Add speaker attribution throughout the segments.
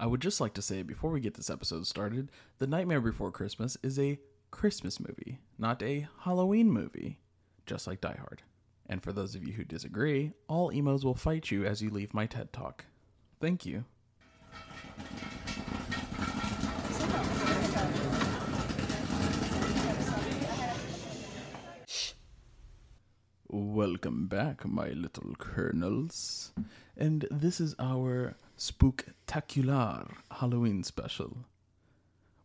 Speaker 1: I would just like to say before we get this episode started, The Nightmare Before Christmas is a Christmas movie, not a Halloween movie, just like Die Hard. And for those of you who disagree, all emos will fight you as you leave my TED Talk. Thank you. Welcome back, my little colonels. And this is our spooktacular Halloween special.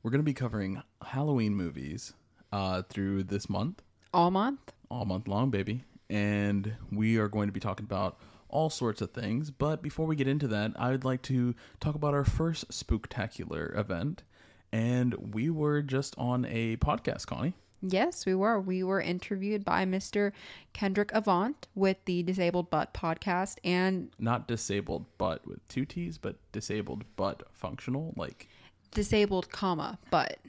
Speaker 1: We're going to be covering Halloween movies uh, through this month,
Speaker 2: All month?
Speaker 1: all month long, baby. And we are going to be talking about all sorts of things. But before we get into that, I would like to talk about our first spooktacular event. And we were just on a podcast, Connie.
Speaker 2: Yes, we were. We were interviewed by Mr. Kendrick Avant with the Disabled Butt podcast and
Speaker 1: Not disabled, but with two T's, but disabled, but functional. Like,
Speaker 2: Disabled, comma, butt.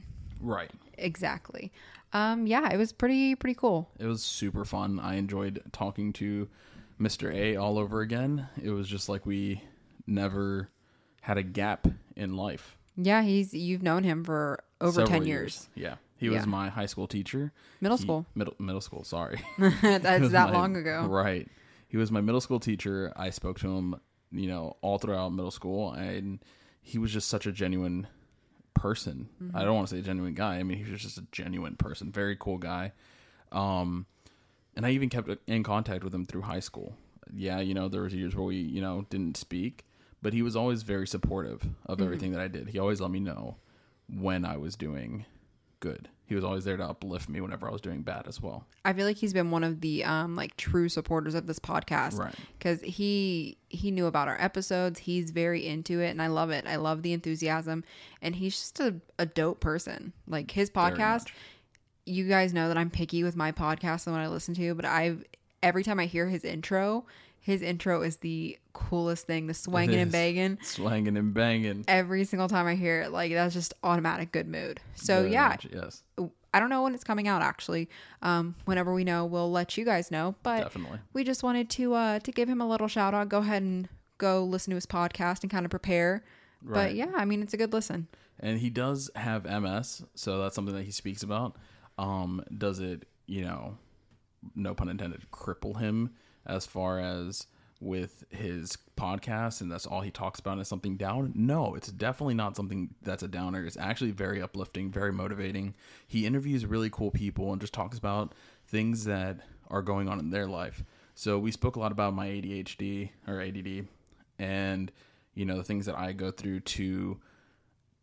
Speaker 1: right.
Speaker 2: Exactly. Um, yeah, it was pretty pretty cool.
Speaker 1: It was super fun. I enjoyed talking to Mr. A all over again. It was just like we never had a gap in life.
Speaker 2: Yeah, he's you've known him for over
Speaker 1: Several
Speaker 2: ten years.
Speaker 1: Yeah. He was
Speaker 2: Yeah.
Speaker 1: my high school teacher.
Speaker 2: Middle
Speaker 1: He-
Speaker 2: school.
Speaker 1: Middle middle school, sorry.
Speaker 2: That's
Speaker 1: was
Speaker 2: that
Speaker 1: my-
Speaker 2: long ago.
Speaker 1: Right. He was my middle school teacher. I spoke to him, you know, all throughout middle school, and he was just such a genuine person.
Speaker 2: Mm-hmm.
Speaker 1: I don't want to say genuine guy. I mean, he was just a genuine person. Very cool guy. Um, and I even kept in contact with him through high school. Yeah, you know, there was years where we, you know, didn't speak, but he was always very supportive of
Speaker 2: Mm-hmm.
Speaker 1: everything that I did. He always let me know when I was doing good. He was always there to uplift me whenever I was doing bad as well.
Speaker 2: I feel like he's been one of the um like true supporters of this podcast.
Speaker 1: Right.
Speaker 2: Cause he he knew about our episodes. He's very into it and I love it. I love the enthusiasm. And he's just a, a dope person. Like his podcast,
Speaker 1: much.
Speaker 2: you guys know that I'm picky with my podcast and what I listen to, but I've every time I hear his intro, his intro is the coolest thing, the swangin' and
Speaker 1: is.
Speaker 2: bangin'.
Speaker 1: Slanging and banging.
Speaker 2: Every single time I hear it, like that's just automatic good mood. So
Speaker 1: Very
Speaker 2: yeah,
Speaker 1: much, yes,
Speaker 2: I don't know when it's coming out actually. Um, whenever we know, we'll let you guys know. But
Speaker 1: definitely.
Speaker 2: we just wanted to uh, to give him a little shout out. Go ahead and go listen to his podcast and kind of prepare.
Speaker 1: Right.
Speaker 2: But yeah, I mean it's a good listen.
Speaker 1: And he does have MS, so that's something that he speaks about. Um, does it, you know, no pun intended, cripple him as far as with his podcast and that's all he talks about is something down? No, it's definitely not something that's a downer. It's actually very uplifting, very motivating. He interviews really cool people and just talks about things that are going on in their life. So we spoke a lot about my ADHD or ADD and you know the things that I go through to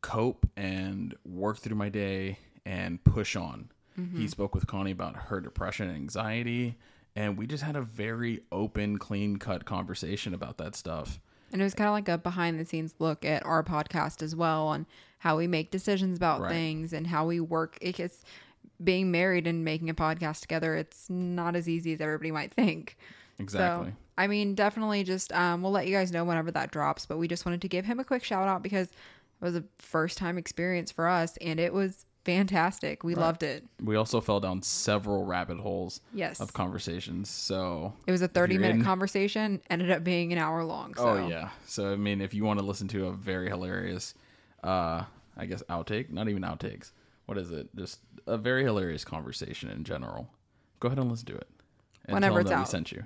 Speaker 1: cope and work through my day and push on.
Speaker 2: Mm-hmm.
Speaker 1: He spoke with Connie about her depression and anxiety, and we just had a very open, clean cut conversation about that stuff.
Speaker 2: And it was kind of like a behind the scenes look at our podcast as well on how we make decisions about
Speaker 1: Right.
Speaker 2: things and how we work. It's being married and making a podcast together. It's not as easy as everybody might think.
Speaker 1: Exactly.
Speaker 2: So, I mean, definitely just um, we'll let you guys know whenever that drops, but we just wanted to give him a quick shout out because it was a first time experience for us and it was fantastic. We loved it.
Speaker 1: We also fell down several rabbit holes
Speaker 2: Yes.
Speaker 1: of conversations. So
Speaker 2: It was a 30
Speaker 1: you're
Speaker 2: minute
Speaker 1: in-
Speaker 2: conversation, ended up being an hour long. So
Speaker 1: Oh yeah. So I mean, if you want to listen to a very hilarious, uh, I guess outtake, not even outtakes. What is it? Just a very hilarious conversation in general. Go ahead and listen to it. And tell
Speaker 2: Whenever it's
Speaker 1: them that we
Speaker 2: out.
Speaker 1: sent you.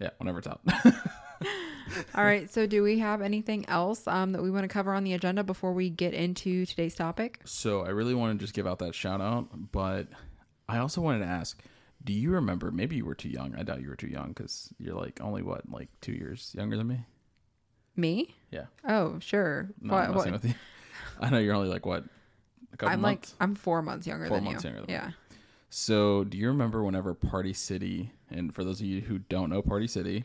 Speaker 1: Yeah, whenever it's out.
Speaker 2: All right. So, do we have anything else um, that we want to cover on the agenda before we get into today's topic?
Speaker 1: So I really want to just give out that shout out, but I also wanted to ask, do you remember? Maybe you were too young. I doubt you were too young because you're like only what, like two years younger than me.
Speaker 2: Me?
Speaker 1: Yeah,
Speaker 2: Oh, sure.
Speaker 1: no,
Speaker 2: What-
Speaker 1: I'm
Speaker 2: what-
Speaker 1: messing with you. I know you're only like what, a couple
Speaker 2: I'm
Speaker 1: months.
Speaker 2: like I'm four months younger
Speaker 1: Four
Speaker 2: than
Speaker 1: months
Speaker 2: you.
Speaker 1: younger than me.
Speaker 2: yeah.
Speaker 1: so do you remember whenever Party City? And for those of you who don't know Party City,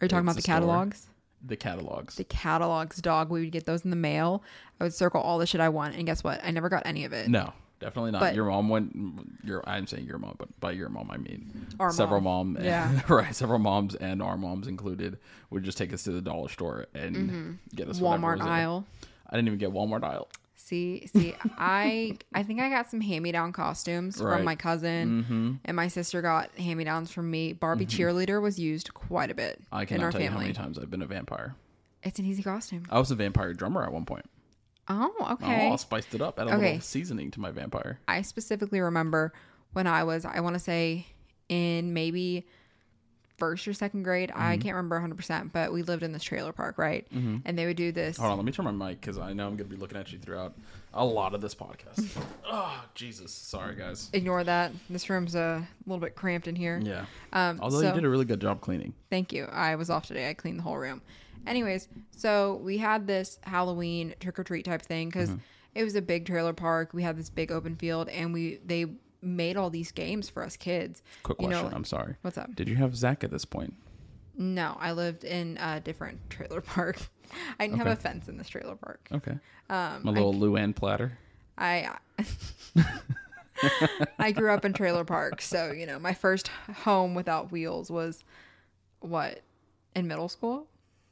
Speaker 2: Are you talking
Speaker 1: It's
Speaker 2: about the
Speaker 1: a store.
Speaker 2: catalogs?
Speaker 1: the catalogs.
Speaker 2: The catalogs, dog. We would get those in the mail. I would circle all the shit I want, and guess what? I never got any of it.
Speaker 1: No, definitely not.
Speaker 2: But-
Speaker 1: your mom went. Your I'm saying your mom, but by your mom I mean
Speaker 2: Our
Speaker 1: several
Speaker 2: mom.
Speaker 1: mom.
Speaker 2: Yeah.
Speaker 1: right. Several moms and our moms included would just take us to the dollar store and get us whatever was
Speaker 2: Mm-hmm. Walmart
Speaker 1: there.
Speaker 2: aisle.
Speaker 1: I didn't even get Walmart aisle.
Speaker 2: See, see, I I think I got some hand-me-down costumes
Speaker 1: Right. Mm-hmm.
Speaker 2: from my cousin, and my sister got hand-me-downs from me. Barbie cheerleader was used quite a bit
Speaker 1: I
Speaker 2: in
Speaker 1: cannot
Speaker 2: our
Speaker 1: tell you how
Speaker 2: family.
Speaker 1: many times I've been a vampire.
Speaker 2: It's an easy costume.
Speaker 1: I was a vampire drummer at one point.
Speaker 2: Oh,
Speaker 1: Oh,
Speaker 2: okay.
Speaker 1: I spiced it up, added a
Speaker 2: Okay.
Speaker 1: little seasoning to my vampire.
Speaker 2: I specifically remember when I was, I want to say in maybe first or second grade.
Speaker 1: Mm-hmm.
Speaker 2: I can't remember 100%, but we lived in this trailer park, right? And they would do this.
Speaker 1: Hold on, let me turn my mic because I know I'm going to be looking at you throughout a lot of this podcast. oh, Jesus. Sorry, guys.
Speaker 2: Ignore that. This room's a little bit cramped in here.
Speaker 1: Yeah.
Speaker 2: Um,
Speaker 1: Although you
Speaker 2: so-
Speaker 1: did a really good job cleaning.
Speaker 2: Thank you. I was off today. I cleaned the whole room. Anyways, so we had this Halloween trick or treat type thing because
Speaker 1: Mm-hmm.
Speaker 2: it was a big trailer park. We had this big open field, and we they made all these games for us kids.
Speaker 1: Quick
Speaker 2: You know,
Speaker 1: question.
Speaker 2: like-
Speaker 1: I'm sorry.
Speaker 2: What's up?
Speaker 1: Did you have Zach at this point?
Speaker 2: No, I lived in a different trailer park. I didn't have a fence in this trailer park.
Speaker 1: Okay. Um, My little Luann platter.
Speaker 2: I I grew up in trailer parks, so you know my first home without wheels was what in middle school.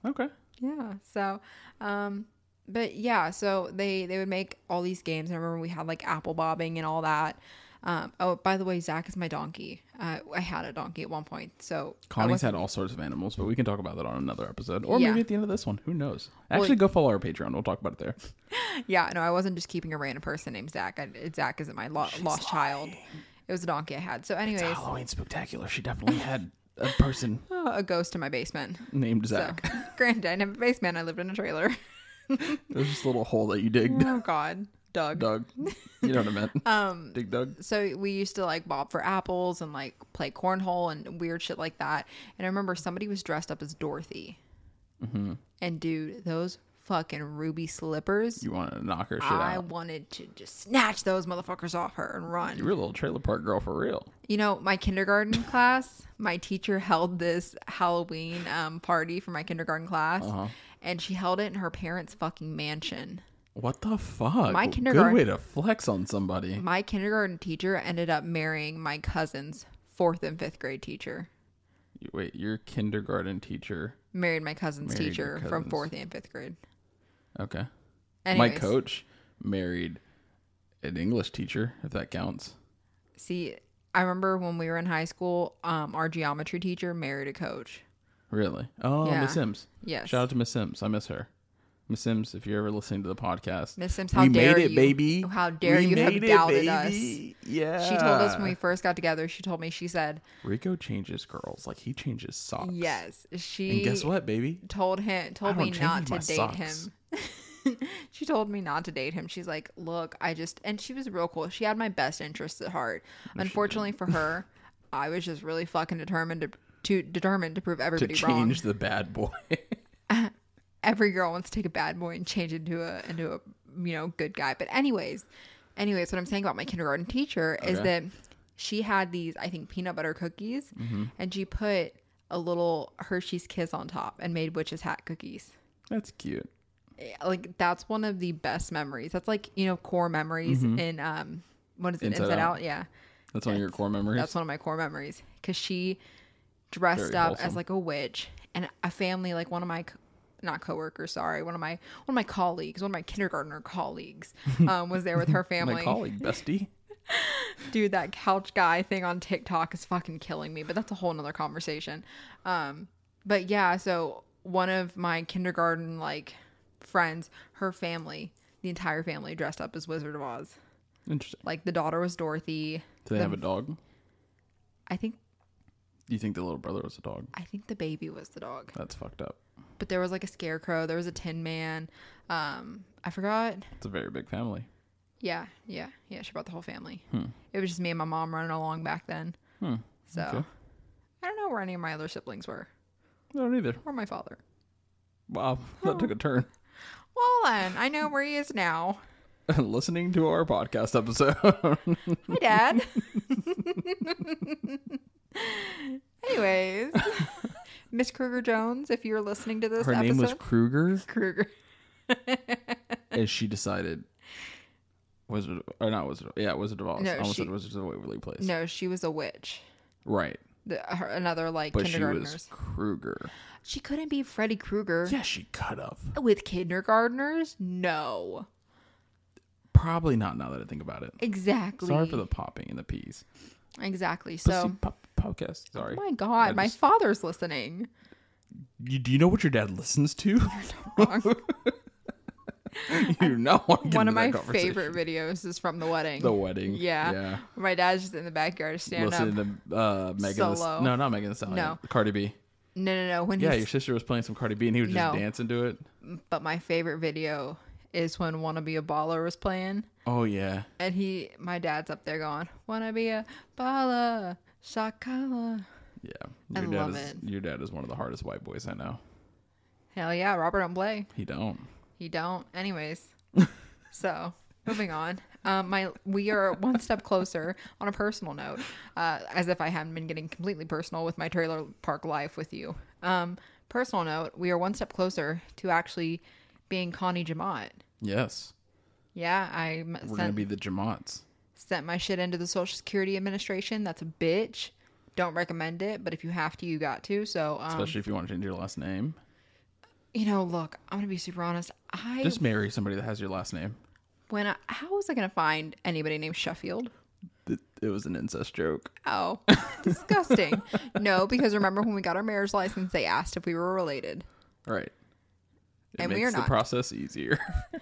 Speaker 1: Okay.
Speaker 2: Yeah. So, um, but yeah, so they they would make all these games. I remember we had like apple bobbing and all that. Um, oh, by the way, Zach is my donkey. Uh, I had a donkey at one point, so I
Speaker 1: Connie's
Speaker 2: wasn't-
Speaker 1: had all sorts of animals, but we can talk about that on another episode or
Speaker 2: Yeah.
Speaker 1: maybe at the end of this one. Who knows? Actually, go follow our Patreon. We'll talk about it there.
Speaker 2: Yeah, no, I wasn't just keeping a random person named Zach. I, Zach isn't my lo- lost child. It was a donkey I had. So, anyways,
Speaker 1: Halloween Spectacular. She definitely had a person
Speaker 2: uh, a ghost in my basement.
Speaker 1: named
Speaker 2: So,
Speaker 1: Zach.
Speaker 2: granted, I didn't have a basement. I lived in a trailer.
Speaker 1: There's just a little hole that you digged,
Speaker 2: oh God, Doug.
Speaker 1: Doug. You know what I meant? Um, Dig Doug.
Speaker 2: So we used to like bob for apples and like play cornhole and weird shit like that. And I remember somebody was dressed up as Dorothy.
Speaker 1: Mm-hmm.
Speaker 2: And dude, those fucking ruby slippers.
Speaker 1: You want to knock her shit
Speaker 2: I
Speaker 1: out.
Speaker 2: wanted to just snatch those motherfuckers off her and run.
Speaker 1: You were a little trailer park girl for real.
Speaker 2: You know, my kindergarten class, my teacher held this Halloween um, party for my kindergarten class,
Speaker 1: Uh-huh.
Speaker 2: and she held it in her parents' fucking mansion.
Speaker 1: What the fuck?
Speaker 2: My
Speaker 1: Good
Speaker 2: kindergarten-
Speaker 1: way to flex on somebody.
Speaker 2: My kindergarten teacher ended up marrying my cousin's fourth and fifth grade teacher.
Speaker 1: You- Wait, your kindergarten teacher.
Speaker 2: Married my cousin's
Speaker 1: Married your
Speaker 2: teacher
Speaker 1: cousins.
Speaker 2: from fourth and fifth grade.
Speaker 1: Okay. My
Speaker 2: Anyways,
Speaker 1: coach married an English teacher, if that counts.
Speaker 2: See, I remember when we were in high school, um, our geometry teacher married a coach.
Speaker 1: Really? Oh,
Speaker 2: Yeah.
Speaker 1: Miss Sims.
Speaker 2: Yes.
Speaker 1: Shout out to Miss Sims. I miss her. Miss Sims, if you're ever listening to the podcast,
Speaker 2: Miss Sims, how dare you. How dare you have doubted us.
Speaker 1: us? Yeah.
Speaker 2: She told us when we first got together, she told me, she said,
Speaker 1: Rico changes girls like he changes socks.
Speaker 2: yes, she.
Speaker 1: And guess what, baby?
Speaker 2: told him
Speaker 1: I
Speaker 2: told
Speaker 1: don't
Speaker 2: me
Speaker 1: change
Speaker 2: not to
Speaker 1: my
Speaker 2: date
Speaker 1: socks.
Speaker 2: him. she told me not to date him. She's like, "Look, I just..." And she was real cool. She had my best interests at heart. Unfortunately for her, I was just really fucking determined to to determined to prove
Speaker 1: To
Speaker 2: everybody wrong.
Speaker 1: change the bad boy.
Speaker 2: Every girl wants to take a bad boy and change it into a into a you know good guy. But anyways, anyways, what I'm saying about my kindergarten teacher is
Speaker 1: Okay.
Speaker 2: that she had these I think peanut butter cookies,
Speaker 1: Mm-hmm.
Speaker 2: and she put a little Hershey's Kiss on top and made witch's hat cookies.
Speaker 1: That's cute.
Speaker 2: like that's one of the best memories. That's like you know core memories in um what is it
Speaker 1: Mm-hmm. Inside
Speaker 2: Inside,
Speaker 1: Out.
Speaker 2: Out? Yeah,
Speaker 1: That's one of your core memories.
Speaker 2: that's one of my core memories because she dressed
Speaker 1: Very
Speaker 2: up
Speaker 1: wholesome.
Speaker 2: as like a witch and a family like one of my co- not coworkers sorry one of my one of my colleagues one of my kindergartner colleagues um, was there with her
Speaker 1: my
Speaker 2: family
Speaker 1: colleague, bestie.
Speaker 2: dude that couch guy thing on tiktok is fucking killing me but that's a whole nother conversation um but yeah so one of my kindergarten like friends her family the entire family dressed up as wizard of oz
Speaker 1: Interesting.
Speaker 2: like the daughter was dorothy
Speaker 1: Do they have a dog?
Speaker 2: i think
Speaker 1: You think the little brother was a dog?
Speaker 2: i think the baby was the dog
Speaker 1: That's fucked up.
Speaker 2: but there was like a scarecrow, there was a tin man. Um, I forgot.
Speaker 1: It's a very big family.
Speaker 2: Yeah, yeah, yeah. She brought the whole family.
Speaker 1: Hmm.
Speaker 2: It was just me and my mom running along back then. So
Speaker 1: okay.
Speaker 2: I don't know where any of my other siblings were,
Speaker 1: I don't either.
Speaker 2: or my father.
Speaker 1: Wow, that took a turn.
Speaker 2: Well, then I know where he is now.
Speaker 1: Listening to our podcast episode.
Speaker 2: Hi, Dad. Anyways, Miss Kruger Jones, if you're listening to this
Speaker 1: Her
Speaker 2: episode,
Speaker 1: name was Kruger,
Speaker 2: Kruger.
Speaker 1: as she decided. Wizard or not Wizard? of- Yeah, Wizard of Oz.
Speaker 2: No,
Speaker 1: I almost
Speaker 2: she-
Speaker 1: said Wizards of Waverly Place.
Speaker 2: No, she was a witch.
Speaker 1: Right,
Speaker 2: The, her, another like
Speaker 1: but she
Speaker 2: kindergartners. She,
Speaker 1: was Kruger.
Speaker 2: couldn't be Freddy Krueger
Speaker 1: Yeah, she could have.
Speaker 2: with kindergartners. No,
Speaker 1: Probably not. Now that I think about it.
Speaker 2: exactly.
Speaker 1: Sorry for the popping and the peas.
Speaker 2: exactly.
Speaker 1: Pussy
Speaker 2: So,
Speaker 1: pop podcast. Sorry.
Speaker 2: oh my God,
Speaker 1: I
Speaker 2: my
Speaker 1: just-
Speaker 2: father's listening.
Speaker 1: You, do you know what your dad listens to? you know, I'm getting
Speaker 2: One of
Speaker 1: into
Speaker 2: my
Speaker 1: that conversation.
Speaker 2: favorite videos is from the wedding.
Speaker 1: The wedding.
Speaker 2: Yeah.
Speaker 1: Yeah.
Speaker 2: My dad's just in the backyard standing up.
Speaker 1: Listen to uh, Megan. Thee-
Speaker 2: Solo.
Speaker 1: no, not Megan Thee Stallion.
Speaker 2: No.
Speaker 1: Cardi B.
Speaker 2: No, no, no. When
Speaker 1: Yeah,
Speaker 2: he's,
Speaker 1: your sister was playing some Cardi B, and he was just
Speaker 2: No.
Speaker 1: dancing to it.
Speaker 2: but my favorite video is when "Wanna Be a Baller" was playing,
Speaker 1: Oh yeah,
Speaker 2: and he, my dad's up there going, "Wanna be a baller, shakala."
Speaker 1: yeah.
Speaker 2: I
Speaker 1: Your dad
Speaker 2: love
Speaker 1: is,
Speaker 2: it.
Speaker 1: Your dad is one of the hardest white boys I know.
Speaker 2: Hell yeah, Robert don't play.
Speaker 1: He don't.
Speaker 2: He don't. Anyways, so moving on. Um, my we are one step closer on a personal note, uh, as if I hadn't been getting completely personal with my trailer park life with you. Um, personal note: we are one step closer to actually being Connie Jamot.
Speaker 1: Yes,
Speaker 2: Yeah, I m-
Speaker 1: we're gonna
Speaker 2: sent,
Speaker 1: be the Jamats.
Speaker 2: sent my shit into the Social Security Administration. That's a bitch. Don't recommend it, but if you have to, you got to. So, um,
Speaker 1: Especially if you want to change your last name,
Speaker 2: you know, look, I'm gonna be super honest. I
Speaker 1: just marry somebody that has your last name.
Speaker 2: when I, how was I gonna find anybody named Sheffield?
Speaker 1: It, it was an incest joke.
Speaker 2: Oh, disgusting. no, because remember when we got our marriage license, they asked if we were related.
Speaker 1: All right. It
Speaker 2: And we
Speaker 1: makes
Speaker 2: are
Speaker 1: the
Speaker 2: not.
Speaker 1: process easier.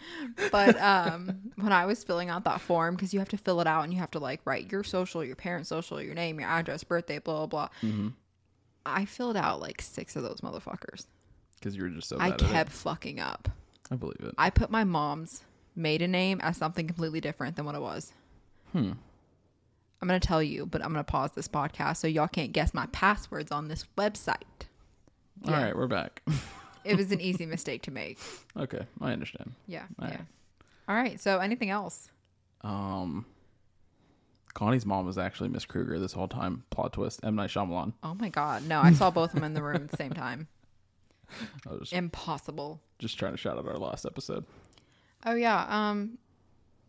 Speaker 2: But um, when I was filling out that form, because you have to fill it out and you have to like write your social, your parents' social, your name, your address, birthday, blah, blah, blah.
Speaker 1: Mm-hmm.
Speaker 2: I filled out like six of those motherfuckers.
Speaker 1: Because you were just so
Speaker 2: I
Speaker 1: bad at
Speaker 2: kept fucking up.
Speaker 1: it. I believe it.
Speaker 2: I put my mom's maiden name as something completely different than what it was. Hmm. I'm going to tell you, but I'm going to pause this podcast so y'all can't guess my passwords on this website.
Speaker 1: All right, we're back.
Speaker 2: It was an easy mistake to make.
Speaker 1: okay, I understand.
Speaker 2: Yeah.
Speaker 1: All
Speaker 2: yeah.
Speaker 1: right.
Speaker 2: All right. So anything else?
Speaker 1: Um, Connie's mom was actually Miss Kruger this whole time. Plot twist: M Night Shyamalan.
Speaker 2: Oh my God. No, I saw both of them in the room at the same time.
Speaker 1: I was just,
Speaker 2: Impossible.
Speaker 1: just trying to shout out our last episode.
Speaker 2: Oh yeah. Um,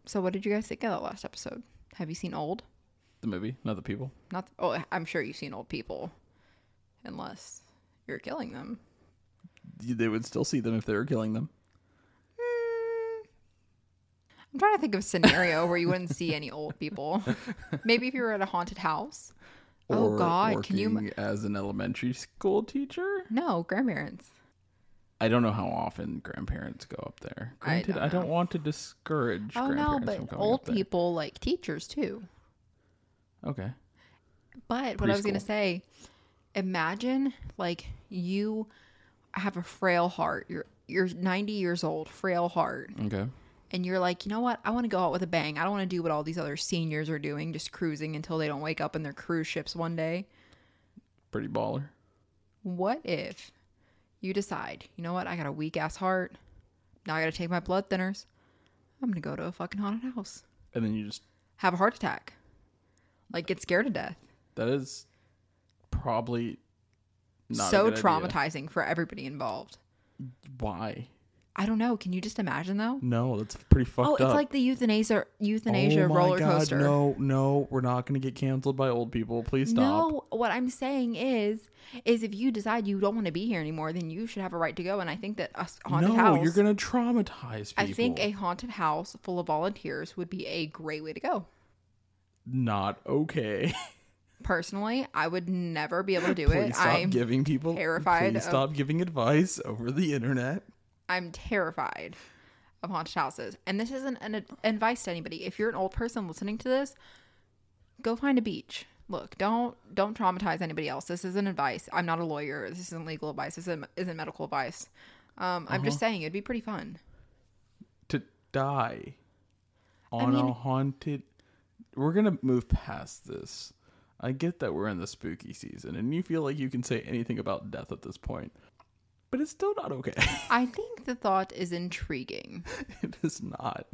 Speaker 2: so what did you guys think of that last episode? Have you seen old?
Speaker 1: The movie, not the people.
Speaker 2: Not, oh, I'm sure you've seen old people unless you're killing them.
Speaker 1: They would still see them if they were killing them.
Speaker 2: I'm trying to think of a scenario where you wouldn't see any old people. Maybe if you were at a haunted house. oh
Speaker 1: Or
Speaker 2: God. Can you?
Speaker 1: working as an elementary school teacher?
Speaker 2: No, grandparents.
Speaker 1: I don't know how often grandparents go up there.
Speaker 2: I
Speaker 1: Granted, I
Speaker 2: don't
Speaker 1: don't, want to discourage.
Speaker 2: Oh no,
Speaker 1: grandparents from
Speaker 2: but
Speaker 1: going
Speaker 2: old
Speaker 1: up there.
Speaker 2: people like teachers too.
Speaker 1: Okay.
Speaker 2: But what I was going to
Speaker 1: Preschool.
Speaker 2: say, imagine like you have a frail heart. You're you're 90 years old, frail heart,
Speaker 1: Okay.
Speaker 2: and you're like, "You know what? I want to go out with a bang. I don't want to do what all these other seniors are doing, just cruising until they don't wake up in their cruise ships one day."
Speaker 1: Pretty baller.
Speaker 2: What if you decide, "You know what? I got a weak ass heart. Now I got to take my blood thinners. I'm going to go to a fucking haunted house.
Speaker 1: And then you just
Speaker 2: Have a heart attack. Like get scared to death."
Speaker 1: That is probably not a
Speaker 2: so
Speaker 1: good idea.
Speaker 2: traumatizing for everybody involved.
Speaker 1: Why?
Speaker 2: I don't know. Can you just imagine though?
Speaker 1: No, that's pretty fucked
Speaker 2: Oh,
Speaker 1: up.
Speaker 2: it's like the euthanasia euthanasia
Speaker 1: Oh my
Speaker 2: roller
Speaker 1: God,
Speaker 2: coaster.
Speaker 1: No, no, we're not going to get canceled by old people. Please stop.
Speaker 2: No, what I'm saying is, is if you decide you don't want to be here anymore, then you should have a right to go. And I think that us haunted
Speaker 1: No,
Speaker 2: house,
Speaker 1: you're going to traumatize people.
Speaker 2: I think a haunted house full of volunteers would be a great way to go.
Speaker 1: not okay.
Speaker 2: Personally, I would never be able to do
Speaker 1: Please
Speaker 2: it.
Speaker 1: stop
Speaker 2: I'm
Speaker 1: giving people
Speaker 2: terrified
Speaker 1: Please
Speaker 2: of-
Speaker 1: stop giving advice over the internet.
Speaker 2: I'm terrified of haunted houses. And this isn't an ad- advice to anybody. If you're an old person listening to this, go find a beach. look don't don't traumatize anybody else this isn't advice i'm not a lawyer this isn't legal advice this isn't, isn't medical advice um, i'm just
Speaker 1: Uh-huh.
Speaker 2: saying it'd be pretty fun
Speaker 1: to die on a
Speaker 2: mean-
Speaker 1: haunted. We're gonna move past this. I get that we're in the spooky season, and you feel like you can say anything about death at this point, but it's still not okay.
Speaker 2: i think the thought is intriguing
Speaker 1: it is not.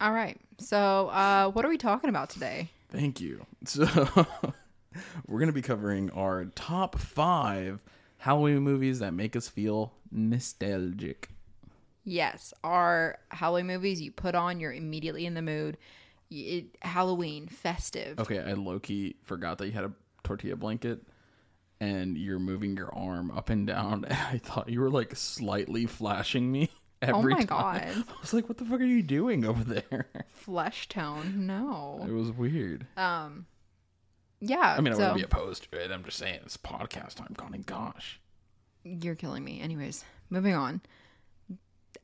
Speaker 2: all right so uh, what are we talking about today
Speaker 1: Thank you. So we're gonna be covering our top five Halloween movies that make us feel nostalgic.
Speaker 2: Yes, our Halloween movies you put on, you're immediately in the mood. Y- It, Halloween, festive.
Speaker 1: Okay, I low key forgot that you had a tortilla blanket and you're moving your arm up and down. And I thought you were like slightly flashing me
Speaker 2: oh
Speaker 1: every
Speaker 2: my
Speaker 1: time.
Speaker 2: god,
Speaker 1: I was like, what the fuck are you doing over there?
Speaker 2: flesh tone.
Speaker 1: It
Speaker 2: No.
Speaker 1: was weird.
Speaker 2: Um. Yeah.
Speaker 1: I mean, I
Speaker 2: so
Speaker 1: wouldn't be opposed to it. I'm just saying, it's podcast time, Connie. Gosh.
Speaker 2: you're killing me. Anyways, moving on.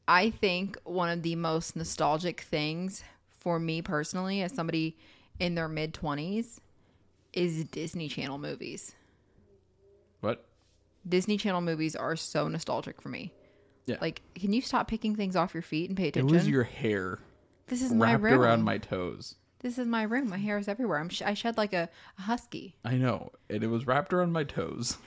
Speaker 2: I think one of the most nostalgic things for me personally, as somebody in their mid twenties, is Disney Channel movies.
Speaker 1: What?
Speaker 2: Disney Channel movies are so nostalgic for me.
Speaker 1: Yeah.
Speaker 2: Like, can you stop picking things off your feet and pay
Speaker 1: It
Speaker 2: attention?
Speaker 1: was your hair
Speaker 2: This is my
Speaker 1: wrapped
Speaker 2: room.
Speaker 1: around my toes.
Speaker 2: This is my room. My hair is everywhere. I'm sh- I shed like a, a husky.
Speaker 1: I know. And it was wrapped around my toes.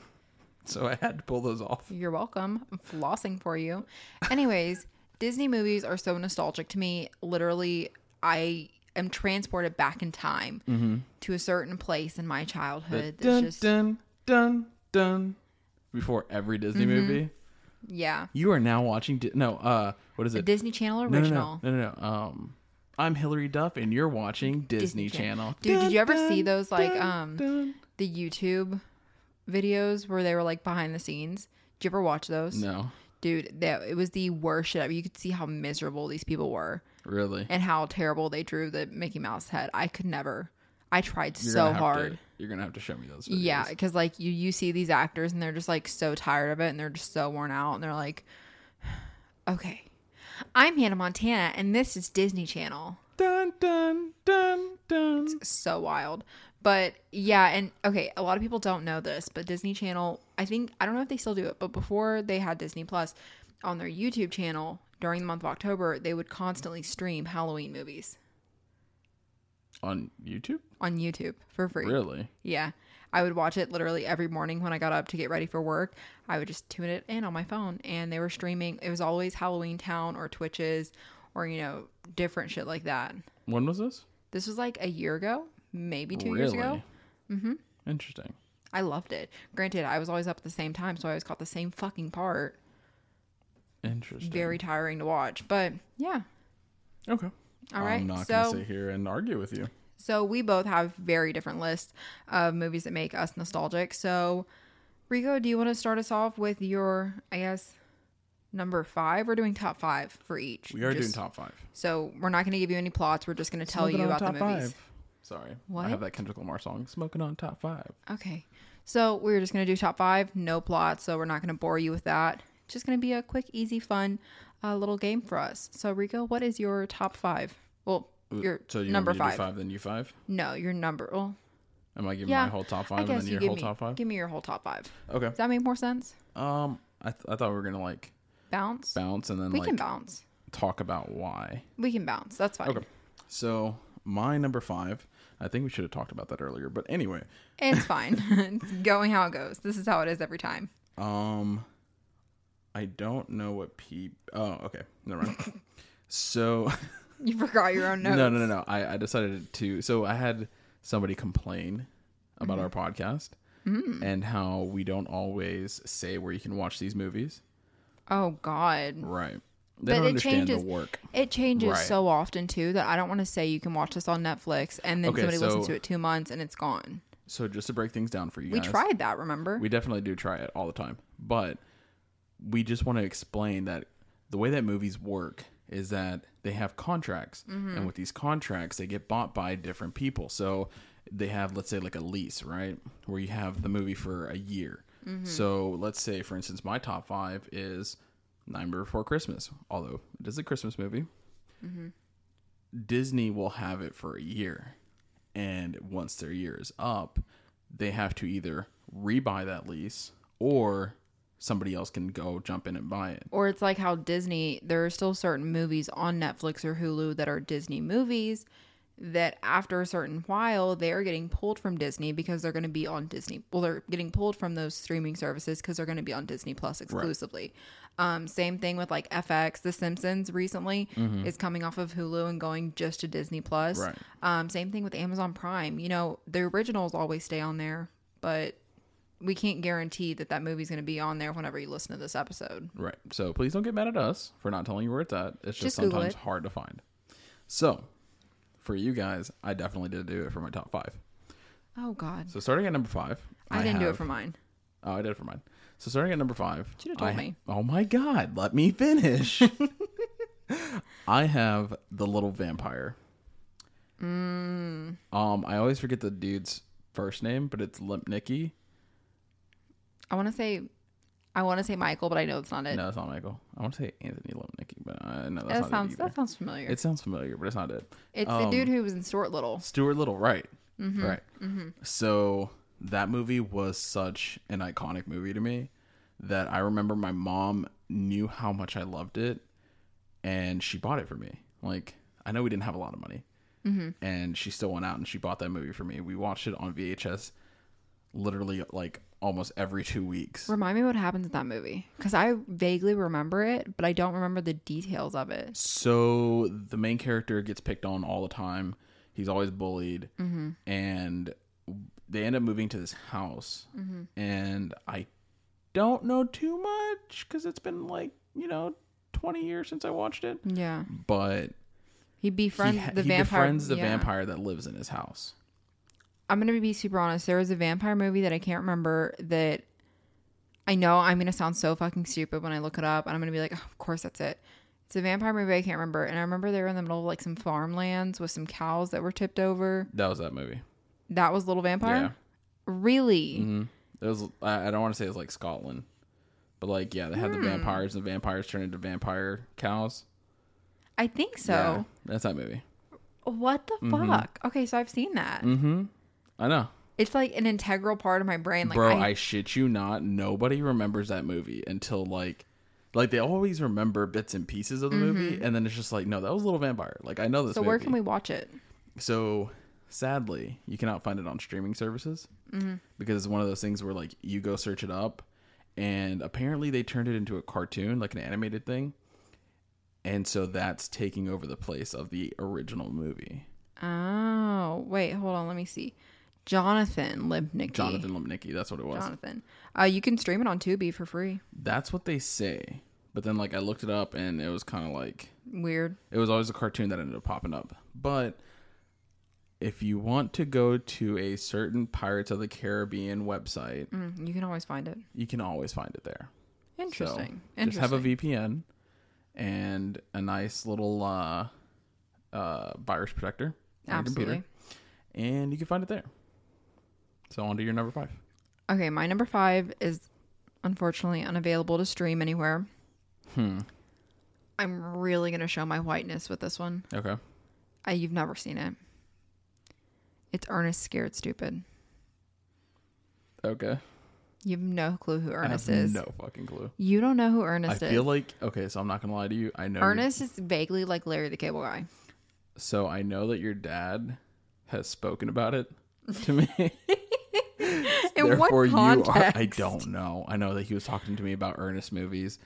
Speaker 1: So I had to pull those off.
Speaker 2: You're welcome. I'm flossing for you. Anyways, Disney movies are so nostalgic to me. Literally, I am transported back in time to a certain place in my childhood. That's
Speaker 1: Mm-hmm. Dun,
Speaker 2: just
Speaker 1: dun, dun, dun. Before every Disney
Speaker 2: Mm-hmm.
Speaker 1: movie.
Speaker 2: yeah,
Speaker 1: You are now watching. Di- no, uh, what is
Speaker 2: a
Speaker 1: it?
Speaker 2: Disney Channel
Speaker 1: no, no,
Speaker 2: original.
Speaker 1: no, no, no, no. Um, I'm Hillary Duff, and you're watching Disney, Channel.
Speaker 2: Dude, did you ever
Speaker 1: Dun,
Speaker 2: see those like
Speaker 1: dun,
Speaker 2: um
Speaker 1: dun.
Speaker 2: the YouTube videos where they were like behind the scenes? Did you ever watch those?
Speaker 1: No,
Speaker 2: Dude, that it was the worst shit. ever. You could see how miserable these people were.
Speaker 1: really.
Speaker 2: and how terrible they drew the Mickey Mouse head. I could never. I tried
Speaker 1: You're
Speaker 2: so
Speaker 1: gonna have
Speaker 2: hard.
Speaker 1: To, you're gonna have to show me those. Videos.
Speaker 2: Yeah, because like you, you see these actors and they're just like so tired of it and they're just so worn out and they're like, okay, I'm Hannah Montana and this is Disney Channel.
Speaker 1: Dun dun dun dun.
Speaker 2: So wild. But yeah, and okay, a lot of people don't know this, but Disney Channel, I think, I don't know if they still do it, but before they had Disney Plus on their YouTube channel during the month of October, they would constantly stream Halloween movies
Speaker 1: On YouTube,
Speaker 2: on YouTube for free.
Speaker 1: really?
Speaker 2: Yeah. I would watch it literally every morning when I got up to get ready for work. I would just tune it in on my phone and they were streaming. It was always Halloween Town or Twitches or, you know, different shit like that.
Speaker 1: When was this?
Speaker 2: This was like a year ago, maybe two
Speaker 1: really?
Speaker 2: years ago.
Speaker 1: Mm-hmm. Interesting.
Speaker 2: I loved it. Granted, I was always up at the same time, so I always caught the same fucking part.
Speaker 1: Interesting.
Speaker 2: Very tiring to watch. But yeah.
Speaker 1: okay.
Speaker 2: All right,
Speaker 1: I'm not
Speaker 2: so-
Speaker 1: gonna sit here and argue with you.
Speaker 2: So we both have very different lists of movies that make us nostalgic. So, Rico, do you want to start us off with your, I guess, number five? We're doing top five for each.
Speaker 1: We are
Speaker 2: Just-
Speaker 1: doing top five.
Speaker 2: So we're not going to give you any plots. We're just going to tell
Speaker 1: Smoking
Speaker 2: you
Speaker 1: on
Speaker 2: about the
Speaker 1: top
Speaker 2: movies.
Speaker 1: Five. Sorry,
Speaker 2: What?
Speaker 1: I have that Kendrick Lamar song, "Smoking on Top 5.
Speaker 2: Okay. So we're just going to do top five, no plots. So we're not going to bore you with that. It's just going to be a quick, easy, fun uh, little game for us. So Rico, what is your top five? Well, your
Speaker 1: Uh, So you
Speaker 2: number
Speaker 1: want me to
Speaker 2: five.
Speaker 1: do five, then you five.
Speaker 2: No, your number. Well,
Speaker 1: Am I giving
Speaker 2: yeah,
Speaker 1: my whole top
Speaker 2: I
Speaker 1: five and
Speaker 2: guess
Speaker 1: then
Speaker 2: you
Speaker 1: your
Speaker 2: give
Speaker 1: whole
Speaker 2: me,
Speaker 1: top five?
Speaker 2: Give me your whole top five.
Speaker 1: Okay.
Speaker 2: Does that make more sense?
Speaker 1: Um, I, th- I thought we were gonna like
Speaker 2: Bounce.
Speaker 1: bounce and then
Speaker 2: we
Speaker 1: like
Speaker 2: can bounce.
Speaker 1: talk about why.
Speaker 2: We can bounce. That's fine.
Speaker 1: Okay. So my number five, I think we should have talked about that earlier, but anyway,
Speaker 2: It's fine. it's going how it goes. This is how it is every time.
Speaker 1: um, I don't know what P. Oh, okay, never mind. so
Speaker 2: You forgot your own notes.
Speaker 1: no, no, no, no. I, I decided to. So I had somebody complain about
Speaker 2: Mm-hmm.
Speaker 1: our podcast and how we don't always say where you can watch these movies.
Speaker 2: Oh God.
Speaker 1: Right. They
Speaker 2: But
Speaker 1: don't
Speaker 2: it
Speaker 1: understand
Speaker 2: changes-
Speaker 1: the work.
Speaker 2: It changes
Speaker 1: Right.
Speaker 2: so often too that I don't want to say you can watch this on Netflix and then
Speaker 1: Okay,
Speaker 2: somebody listens
Speaker 1: so-
Speaker 2: to it two months and it's gone.
Speaker 1: So just to break things down for you
Speaker 2: We
Speaker 1: guys,
Speaker 2: tried that, remember?
Speaker 1: We definitely do try it all the time, but we just want to explain that the way that movies work is that they have contracts, and with these contracts, they get bought by different people. So they have, let's say, like a lease, right, where you have the movie for a year. So let's say, for instance, my top five is Nightmare Before Christmas, although it is a Christmas movie. Disney will have it for a year, and once their year is up, they have to either rebuy that lease or somebody else can go jump in and buy it.
Speaker 2: Or it's like how Disney, there are still certain movies on Netflix or Hulu that are Disney movies that after a certain while they are getting pulled from Disney because they're going to be on Disney. Well, they're getting pulled from those streaming services because they're going to be on Disney Plus exclusively. Um, same thing with like FX, The Simpsons recently is coming off of Hulu and going just to Disney Plus.
Speaker 1: Right.
Speaker 2: Um, same thing with Amazon Prime. You know, the originals always stay on there, but we can't guarantee that that movie's going to be on there whenever you listen to this episode.
Speaker 1: Right. So please don't get mad at us for not telling you where it's at. It's just,
Speaker 2: Just Google
Speaker 1: sometimes
Speaker 2: it.
Speaker 1: hard to find. So for you guys, I definitely did do it for my top five.
Speaker 2: Oh God,
Speaker 1: So starting at number five,
Speaker 2: I, didn't do it
Speaker 1: have-
Speaker 2: for mine.
Speaker 1: Oh, I did it for mine. So starting at number five,
Speaker 2: Should've told
Speaker 1: I-
Speaker 2: me.
Speaker 1: Oh my God, let me finish. I have the little vampire.
Speaker 2: Mm.
Speaker 1: Um, I always forget the dude's first name, but it's Limpnicki.
Speaker 2: I want to say, I want to say Michael, but I know it's not it.
Speaker 1: No, it's not Michael. I want to say Anthony Limpnicki, but I know that's
Speaker 2: that
Speaker 1: not it.
Speaker 2: sounds
Speaker 1: either.
Speaker 2: that sounds familiar.
Speaker 1: It um,
Speaker 2: It's,
Speaker 1: sounds familiar, but it's not it.
Speaker 2: the dude who was in Short Little.
Speaker 1: Stuart Little, right? Right. So that movie was such an iconic movie to me that I remember my mom knew how much I loved it, and she bought it for me. Like I know we didn't have a lot of money, and she still went out and she bought that movie for me. We watched it on VHS, literally like almost every two weeks.
Speaker 2: Remind me what happens in that movie because I vaguely remember it, but I don't remember the details of it.
Speaker 1: So the main character gets picked on all the time. He's always bullied,
Speaker 2: Mm-hmm.
Speaker 1: and they end up moving to this house.
Speaker 2: Mm-hmm.
Speaker 1: And I don't know too much because it's been like you know twenty years since I watched it.
Speaker 2: Yeah,
Speaker 1: But
Speaker 2: he
Speaker 1: he,
Speaker 2: befriends
Speaker 1: ha-
Speaker 2: the
Speaker 1: he
Speaker 2: vampire.
Speaker 1: befriends the
Speaker 2: yeah.
Speaker 1: vampire that lives in his house.
Speaker 2: I'm gonna be super honest. There was a vampire movie that I can't remember that. I know I'm gonna sound so fucking stupid when I look it up, and I'm gonna be like, "Oh, of course that's it. It's a vampire movie I can't remember, and I remember they were in the middle of like some farmlands with some cows that were tipped over.
Speaker 1: That was that movie.
Speaker 2: That was Little Vampire.
Speaker 1: Yeah. Mm.
Speaker 2: Really?
Speaker 1: It was. I, I don't want to say it's like Scotland, but like yeah, they had
Speaker 2: Hmm.
Speaker 1: the vampires, and the vampires turn into vampire cows.
Speaker 2: I think so.
Speaker 1: Yeah, Mm-hmm. that's that movie.
Speaker 2: What the fuck? Okay, so I've seen that.
Speaker 1: Mm-hmm. I know.
Speaker 2: It's like an integral part of my brain. Like,
Speaker 1: Bro, I,
Speaker 2: I,
Speaker 1: shit you not. Nobody remembers that movie until like, like they always remember bits and pieces of the movie, and then it's just like, no, that was Little Vampire. Like I know this.
Speaker 2: Mm-hmm. so where
Speaker 1: movie.
Speaker 2: can we watch it?
Speaker 1: So sadly, you cannot find it on streaming services
Speaker 2: Mm-hmm.
Speaker 1: because it's one of those things where like you go search it up, and apparently they turned it into a cartoon, like an animated thing, and so that's taking over the place of the original movie.
Speaker 2: Oh, wait, hold on. Let me see. Jonathan Lipnicki.
Speaker 1: Jonathan Lipnicki, that's what it was.
Speaker 2: Jonathan. Uh, you can stream it on Tubi for free.
Speaker 1: That's what they say. But then like I looked it up and it was kind of like
Speaker 2: Weird.
Speaker 1: it was always a cartoon that ended up popping up. But if you want to go to a certain Pirates of the Caribbean website,
Speaker 2: Mm, you can always find it.
Speaker 1: you can always find it there. So,
Speaker 2: Interesting.
Speaker 1: Just
Speaker 2: Interesting.
Speaker 1: have a VPN and a nice little uh, uh, virus protector on your
Speaker 2: Absolutely.
Speaker 1: computer, and you can find it there. So on to your number five.
Speaker 2: Okay, my number five is unfortunately unavailable to stream anywhere. Hmm. I'm really gonna show my whiteness with this one.
Speaker 1: Okay.
Speaker 2: I, you've never seen it. It's Ernest Scared Stupid.
Speaker 1: Okay.
Speaker 2: You have no clue who
Speaker 1: I
Speaker 2: Ernest
Speaker 1: have
Speaker 2: is.
Speaker 1: no fucking clue.
Speaker 2: You don't know who
Speaker 1: I
Speaker 2: Ernest is.
Speaker 1: feel like okay, so I'm not gonna lie to you. I know your
Speaker 2: Ernest is vaguely like Larry the Cable Guy.
Speaker 1: So I know that your dad has spoken about it to me.
Speaker 2: In what context?
Speaker 1: I don't know. I know that he was talking to me about Ernest movies,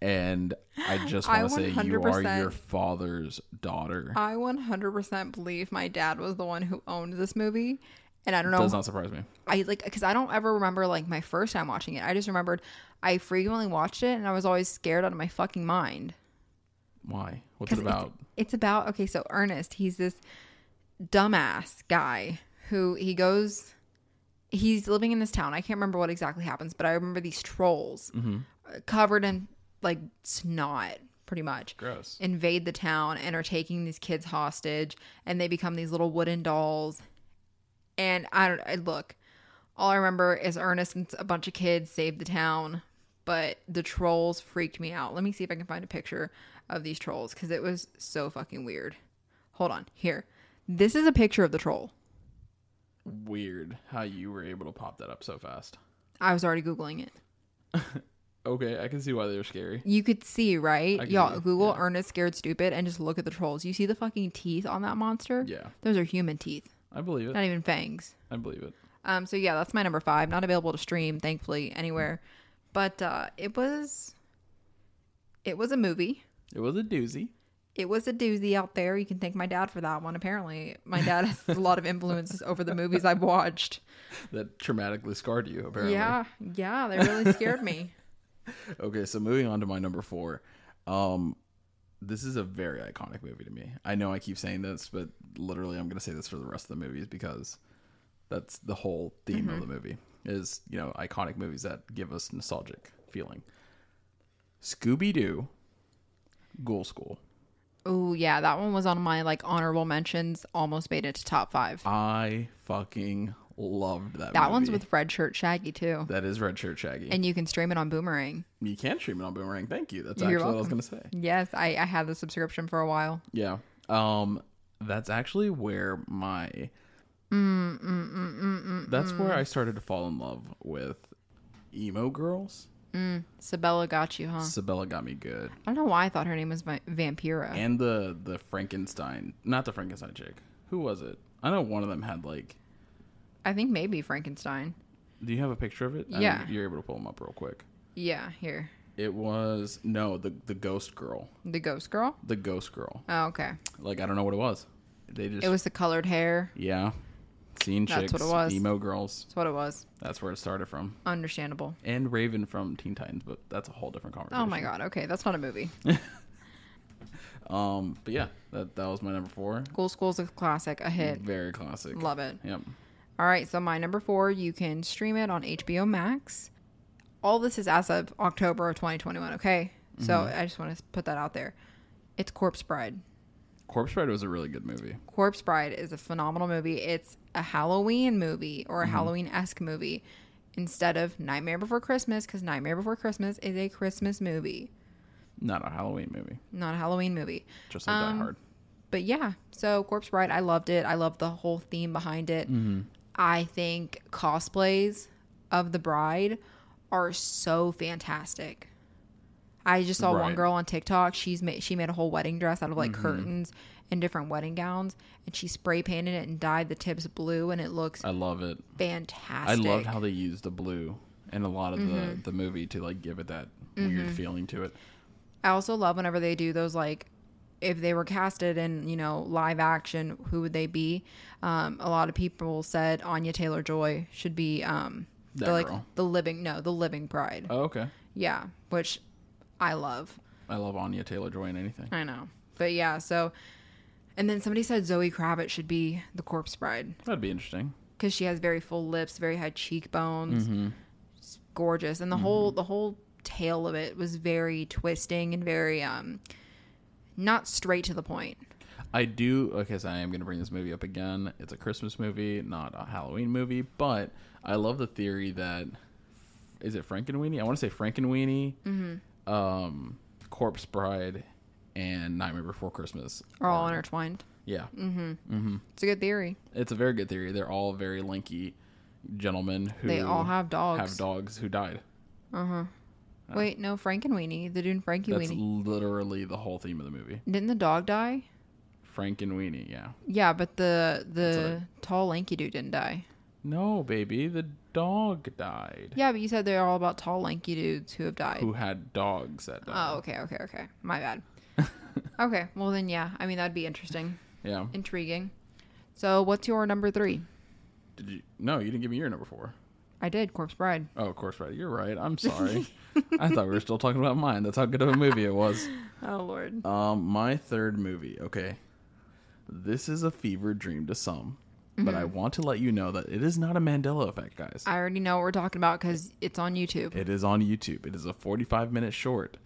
Speaker 1: and I just
Speaker 2: I
Speaker 1: want to say you are
Speaker 2: 100%
Speaker 1: your father's daughter.
Speaker 2: I 100% believe my dad was the one who owned this movie. And I don't know.
Speaker 1: Does not surprise me.
Speaker 2: I like because I don't ever remember like my first time watching it. I just remembered I frequently watched it and I was always scared out of my fucking mind.
Speaker 1: Why? What's
Speaker 2: 'Cause
Speaker 1: it about?
Speaker 2: It's about okay, so Ernest, he's this dumbass guy who he goes he's living in this town. I can't remember what exactly happens, but I remember these trolls
Speaker 1: Mm-hmm.
Speaker 2: uh, covered in like snot pretty much
Speaker 1: Gross.
Speaker 2: invade the town and are taking these kids hostage and they become these little wooden dolls and i don't I look all i remember is ernest and a bunch of kids saved the town but the trolls freaked me out let me see if i can find a picture of these trolls because it was so fucking weird hold on here this is a picture of the troll
Speaker 1: weird how you were able to pop that up so fast.
Speaker 2: I was already googling it.
Speaker 1: Okay, I can see why they're scary.
Speaker 2: You could see, right?
Speaker 1: can
Speaker 2: Y'all
Speaker 1: see,
Speaker 2: Google
Speaker 1: yeah.
Speaker 2: Ernest Scared Stupid and just look at the trolls. You see the fucking teeth on that monster?
Speaker 1: Yeah,
Speaker 2: Those are human teeth,
Speaker 1: I believe it.
Speaker 2: not even fangs.
Speaker 1: I believe it.
Speaker 2: Um, so yeah, that's my number five. Not available to stream, thankfully, anywhere. But uh, it was, it was a movie.
Speaker 1: It was a doozy.
Speaker 2: It was a doozy out there. You can thank my dad for that one. Apparently, my dad has a lot of influences over the movies I've watched.
Speaker 1: That traumatically scarred you, apparently.
Speaker 2: Yeah, yeah, they really scared me.
Speaker 1: Okay, so moving on to my number four. Um, this is a very iconic movie to me. I know I keep saying this, but literally, I'm going to say this for the rest of the movies because that's the whole theme
Speaker 2: Mm-hmm.
Speaker 1: of the movie is you know iconic movies that give us nostalgic feeling. Scooby Doo, Ghoul School.
Speaker 2: Oh yeah, that one was on my like honorable mentions. Almost made it to top five.
Speaker 1: I fucking loved that.
Speaker 2: That one's
Speaker 1: movie.
Speaker 2: with Red Shirt Shaggy too.
Speaker 1: that is Red Shirt Shaggy.
Speaker 2: And you can stream it on Boomerang.
Speaker 1: you can stream it on Boomerang. Thank you. That's
Speaker 2: You're
Speaker 1: actually what I was
Speaker 2: welcome.
Speaker 1: going to say.
Speaker 2: Yes, I, I had the subscription for a while.
Speaker 1: Yeah. Um that's actually where my That's where I started to fall in love with emo girls.
Speaker 2: Sabella got you, huh?
Speaker 1: Sabella got me good.
Speaker 2: I don't know why I thought her name was Va- Vampira.
Speaker 1: And the the Frankenstein, not the Frankenstein chick. Who was it? I know one of them had like
Speaker 2: I think maybe Frankenstein.
Speaker 1: Do you have a picture of it? I-
Speaker 2: Yeah.
Speaker 1: you're able to pull them up real quick.
Speaker 2: Yeah, here.
Speaker 1: It was no, the the ghost girl.
Speaker 2: The ghost girl?
Speaker 1: The ghost girl.
Speaker 2: Oh, okay.
Speaker 1: Like I don't know what it was. They just
Speaker 2: It was the colored hair.
Speaker 1: yeah. Teen
Speaker 2: That's
Speaker 1: chicks,
Speaker 2: what it was.
Speaker 1: emo girls.
Speaker 2: That's what it was.
Speaker 1: That's where it started from.
Speaker 2: Understandable.
Speaker 1: and Raven from Teen Titans, but that's a whole different conversation.
Speaker 2: Oh my god, okay, that's not a movie.
Speaker 1: Um, but yeah, that that was my number four.
Speaker 2: Ghoul School's a classic, a hit.
Speaker 1: Very classic.
Speaker 2: Love it.
Speaker 1: Yep.
Speaker 2: All right, so my number four, you can stream it on HBO Max. All this is as of October of 2021, okay? So I just want to put that out there. It's Corpse Bride.
Speaker 1: Corpse Bride was a really good movie.
Speaker 2: Corpse Bride is a phenomenal movie. It's a Halloween movie or a Halloween esque movie instead of Nightmare Before Christmas because Nightmare Before Christmas is a Christmas movie,
Speaker 1: Not a Halloween movie,
Speaker 2: not a Halloween movie.
Speaker 1: just like Die
Speaker 2: Um,
Speaker 1: Hard.
Speaker 2: But yeah, so Corpse Bride, I loved it. I loved the whole theme behind it.
Speaker 1: Mm-hmm.
Speaker 2: I think cosplays of the bride are so fantastic. I just saw one
Speaker 1: Right. Mm-hmm.
Speaker 2: girl on TikTok. She's made she made a whole wedding dress out of like curtains and different wedding gowns, and she spray painted it and dyed the tips blue, and it looks
Speaker 1: I love it. Uh, I
Speaker 2: fantastic.
Speaker 1: loved how they used the blue in a lot of
Speaker 2: Mm-hmm.
Speaker 1: the the movie to like give it that weird feeling to it.
Speaker 2: I also love whenever they do those like if they were casted in you know live action who would they be um, a lot of people said anya taylor joy should be um, the,
Speaker 1: That
Speaker 2: like
Speaker 1: girl.
Speaker 2: the living no the living bride
Speaker 1: Oh, okay.
Speaker 2: yeah which i love
Speaker 1: I love Anya Taylor Joy in anything.
Speaker 2: i know but yeah so and then somebody said zoe kravitz should be the corpse bride
Speaker 1: That'd be interesting.
Speaker 2: because she has very full lips very high cheekbones
Speaker 1: Mm-hmm.
Speaker 2: It's gorgeous and the whole the whole tale of it was very twisting and very um not straight to the point
Speaker 1: I do okay, so I am gonna bring this movie up again. It's a Christmas movie, not a Halloween movie, but I love the theory that is it Frankenweenie? I want to say Frankenweenie,
Speaker 2: Mm-hmm.
Speaker 1: um, Corpse Bride, and Nightmare Before Christmas.
Speaker 2: are all intertwined.
Speaker 1: Yeah,
Speaker 2: Mm. It's a good theory.
Speaker 1: it's a very good theory. They're all very lanky gentlemen who
Speaker 2: They all have dogs.
Speaker 1: Have dogs who died.
Speaker 2: Wait, no, Frankenweenie. They're doing Frankie
Speaker 1: That's
Speaker 2: Weenie.
Speaker 1: literally the whole theme of the movie.
Speaker 2: Didn't the dog die?
Speaker 1: Frankenweenie. Yeah.
Speaker 2: Yeah, but the the
Speaker 1: That's
Speaker 2: tall lanky dude didn't die.
Speaker 1: No, baby, the dog died.
Speaker 2: Yeah, but you said they're all about tall lanky dudes who have died.
Speaker 1: Who had dogs that died?
Speaker 2: Oh, okay, okay, okay. My bad. okay, well then, yeah. I mean, that'd be interesting,
Speaker 1: Yeah.
Speaker 2: intriguing. So, what's your number three?
Speaker 1: Did you? No, you didn't give me your number four.
Speaker 2: I did Corpse Bride.
Speaker 1: Oh, of course, right. You're right. I'm sorry. I thought we were still talking about mine. That's how good of a movie it was.
Speaker 2: Oh Lord.
Speaker 1: Um, my third movie. Okay, this is a fever dream to some, but I want to let you know that it is not a Mandela effect, guys.
Speaker 2: I already know what we're talking about because it's on YouTube.
Speaker 1: It is on YouTube. It is a 45 minute short,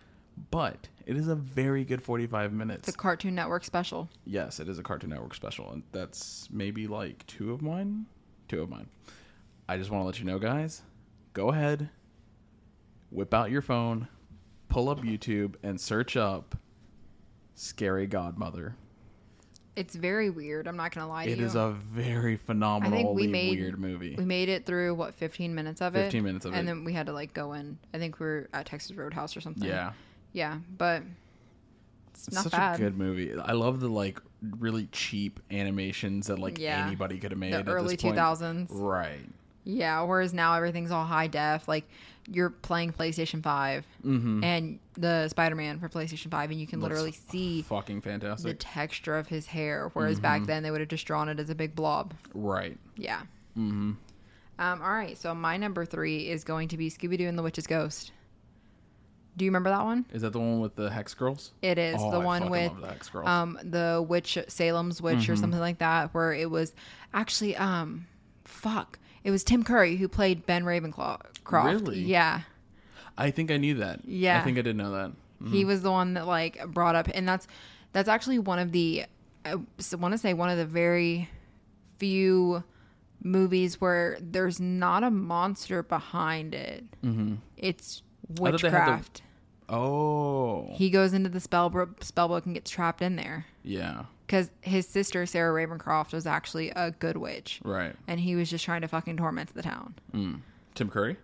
Speaker 1: but it is a very good 45 minutes.
Speaker 2: It's a Cartoon Network special.
Speaker 1: yes, it is a Cartoon Network special, and that's maybe like two of mine. Two of mine. I just want to let you know, guys. Go ahead, whip out your phone, pull up YouTube, and search up "Scary Godmother."
Speaker 2: It's very weird. I'm not gonna lie to
Speaker 1: It
Speaker 2: you.
Speaker 1: is a very phenomenally
Speaker 2: made-
Speaker 1: weird movie.
Speaker 2: we made it through what 15 minutes of it.
Speaker 1: 15 minutes of
Speaker 2: and
Speaker 1: it.
Speaker 2: then we had to like go in. I think we were at Texas Roadhouse or something.
Speaker 1: yeah.
Speaker 2: Yeah, but it's,
Speaker 1: It's
Speaker 2: not
Speaker 1: such
Speaker 2: bad.
Speaker 1: a good movie. I love the like really cheap animations that like
Speaker 2: Yeah.
Speaker 1: anybody could have made.
Speaker 2: the
Speaker 1: at this
Speaker 2: early
Speaker 1: point.
Speaker 2: 2000s.
Speaker 1: Right.
Speaker 2: Yeah, whereas now everything's all high def. Like you're playing PlayStation 5
Speaker 1: Mm-hmm.
Speaker 2: and the Spider Man for PlayStation 5, and you can literally see
Speaker 1: Fucking
Speaker 2: the
Speaker 1: fantastic.
Speaker 2: texture of his hair. Whereas back then they would have just drawn it as a big blob.
Speaker 1: right.
Speaker 2: Yeah. Mm-hmm. Um, all right, so my number three is going to be Scooby Doo and the Witch's Ghost. Do you remember that one?
Speaker 1: Is that the one with the hex girls?
Speaker 2: It is
Speaker 1: Oh,
Speaker 2: the
Speaker 1: I
Speaker 2: one
Speaker 1: fucking
Speaker 2: with
Speaker 1: love the hex girls.
Speaker 2: um the witch Salem's witch or something like that, where it was actually um fuck. It was Tim Curry who played Ben Ravenclaw. Croft.
Speaker 1: Really?
Speaker 2: Yeah.
Speaker 1: I think I knew that.
Speaker 2: Yeah.
Speaker 1: I think I did know that.
Speaker 2: He was the one that like brought up, and that's that's actually one of the I want to say one of the very few movies where there's not a monster behind it. Mm-hmm. It's
Speaker 1: thought they had the-
Speaker 2: witchcraft.
Speaker 1: Oh.
Speaker 2: He goes into the spell bro- spell book and gets trapped in there
Speaker 1: Yeah.
Speaker 2: because his sister Sarah Ravencroft was actually a good witch,
Speaker 1: Right.
Speaker 2: and he was just trying to fucking torment the town.
Speaker 1: Tim Curry?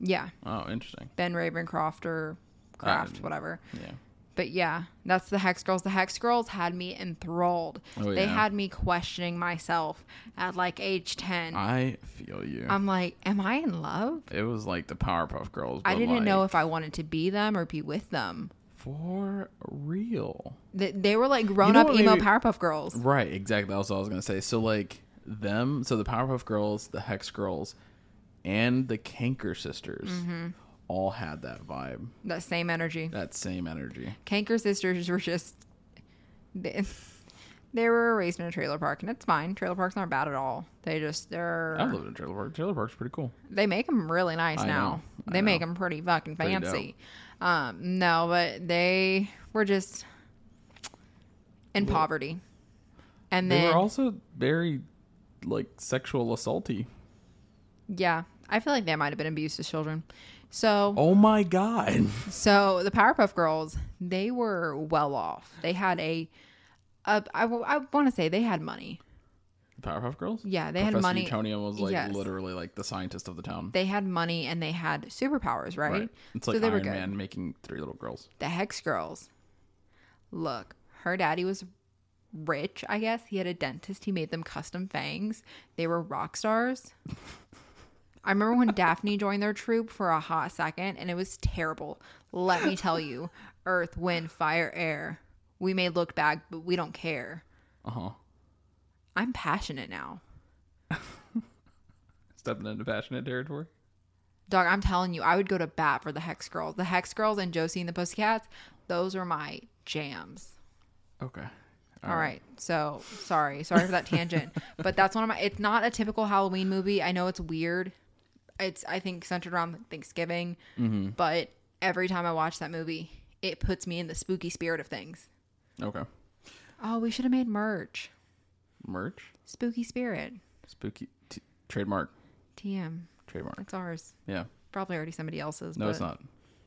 Speaker 2: Yeah,
Speaker 1: Oh, interesting.
Speaker 2: Ben Ravencroft or Craft, whatever.
Speaker 1: Yeah.
Speaker 2: But yeah, that's the Hex Girls. The Hex Girls had me enthralled.
Speaker 1: Oh,
Speaker 2: They
Speaker 1: yeah.
Speaker 2: had me questioning myself at like age 10. I-
Speaker 1: I feel you.
Speaker 2: am like, am I in love?
Speaker 1: it was like the Powerpuff Girls.
Speaker 2: I
Speaker 1: but,
Speaker 2: didn't know
Speaker 1: like,
Speaker 2: if I wanted to be them or be with them.
Speaker 1: for real.
Speaker 2: They, they were like grown
Speaker 1: know
Speaker 2: up
Speaker 1: what
Speaker 2: emo
Speaker 1: made me-
Speaker 2: Powerpuff Girls.
Speaker 1: Right, exactly. That's what I was gonna say. So like them, so the Powerpuff Girls, the Hex Girls, and the Kanker sisters
Speaker 2: Mm-hmm.
Speaker 1: all had that vibe,
Speaker 2: That same energy.
Speaker 1: that same energy.
Speaker 2: Kanker sisters were just. They, they were raised in a trailer park, and it's fine. Trailer parks aren't bad at all. They just, they're.
Speaker 1: I lived in Trailer Park. Trailer Park's pretty cool.
Speaker 2: They make them really nice
Speaker 1: I
Speaker 2: now.
Speaker 1: know. I
Speaker 2: They make
Speaker 1: know.
Speaker 2: 'em make them pretty fucking
Speaker 1: Pretty dope.
Speaker 2: fancy. um, no, but they were just in poverty. And
Speaker 1: They
Speaker 2: then,
Speaker 1: were also very like sexual assaulty.
Speaker 2: yeah, I feel like they might have been abused as children. So,
Speaker 1: Oh my god!
Speaker 2: so the Powerpuff Girls, they were well off. They had a, a I, want to say they had money.
Speaker 1: The Powerpuff Girls.
Speaker 2: Yeah, they
Speaker 1: Professor
Speaker 2: had money.
Speaker 1: Utonium was like
Speaker 2: Yes.
Speaker 1: literally like the scientist of the town.
Speaker 2: They had money and they had superpowers, right?
Speaker 1: right. It's like Iron Man making three little girls.
Speaker 2: the Hex Girls. Look, her daddy was rich, I guess. He had a dentist. He made them custom fangs. They were rock stars. I remember when Daphne joined their troupe for a hot second, and it was terrible. Let me tell you earth, wind, fire, air. We may look back, but we don't care.
Speaker 1: Uh huh.
Speaker 2: I'm passionate now.
Speaker 1: Stepping into passionate territory.
Speaker 2: Dog, I'm telling you, I would go to bat for the Hex Girls. The Hex Girls and Josie and the Pussycats, those were my jams.
Speaker 1: Okay.
Speaker 2: All right. So sorry, sorry for that tangent, but that's one of my. It's not a typical Halloween movie. I know it's weird. It's I think centered around Thanksgiving,
Speaker 1: Mm-hmm.
Speaker 2: but every time I watch that movie, it puts me in the spooky spirit of things.
Speaker 1: Okay.
Speaker 2: Oh, we should have made merch.
Speaker 1: Merch.
Speaker 2: Spooky spirit.
Speaker 1: Spooky t- trademark.
Speaker 2: TM.
Speaker 1: Trademark.
Speaker 2: It's ours.
Speaker 1: Yeah.
Speaker 2: Probably already somebody else's.
Speaker 1: No,
Speaker 2: but-
Speaker 1: it's not.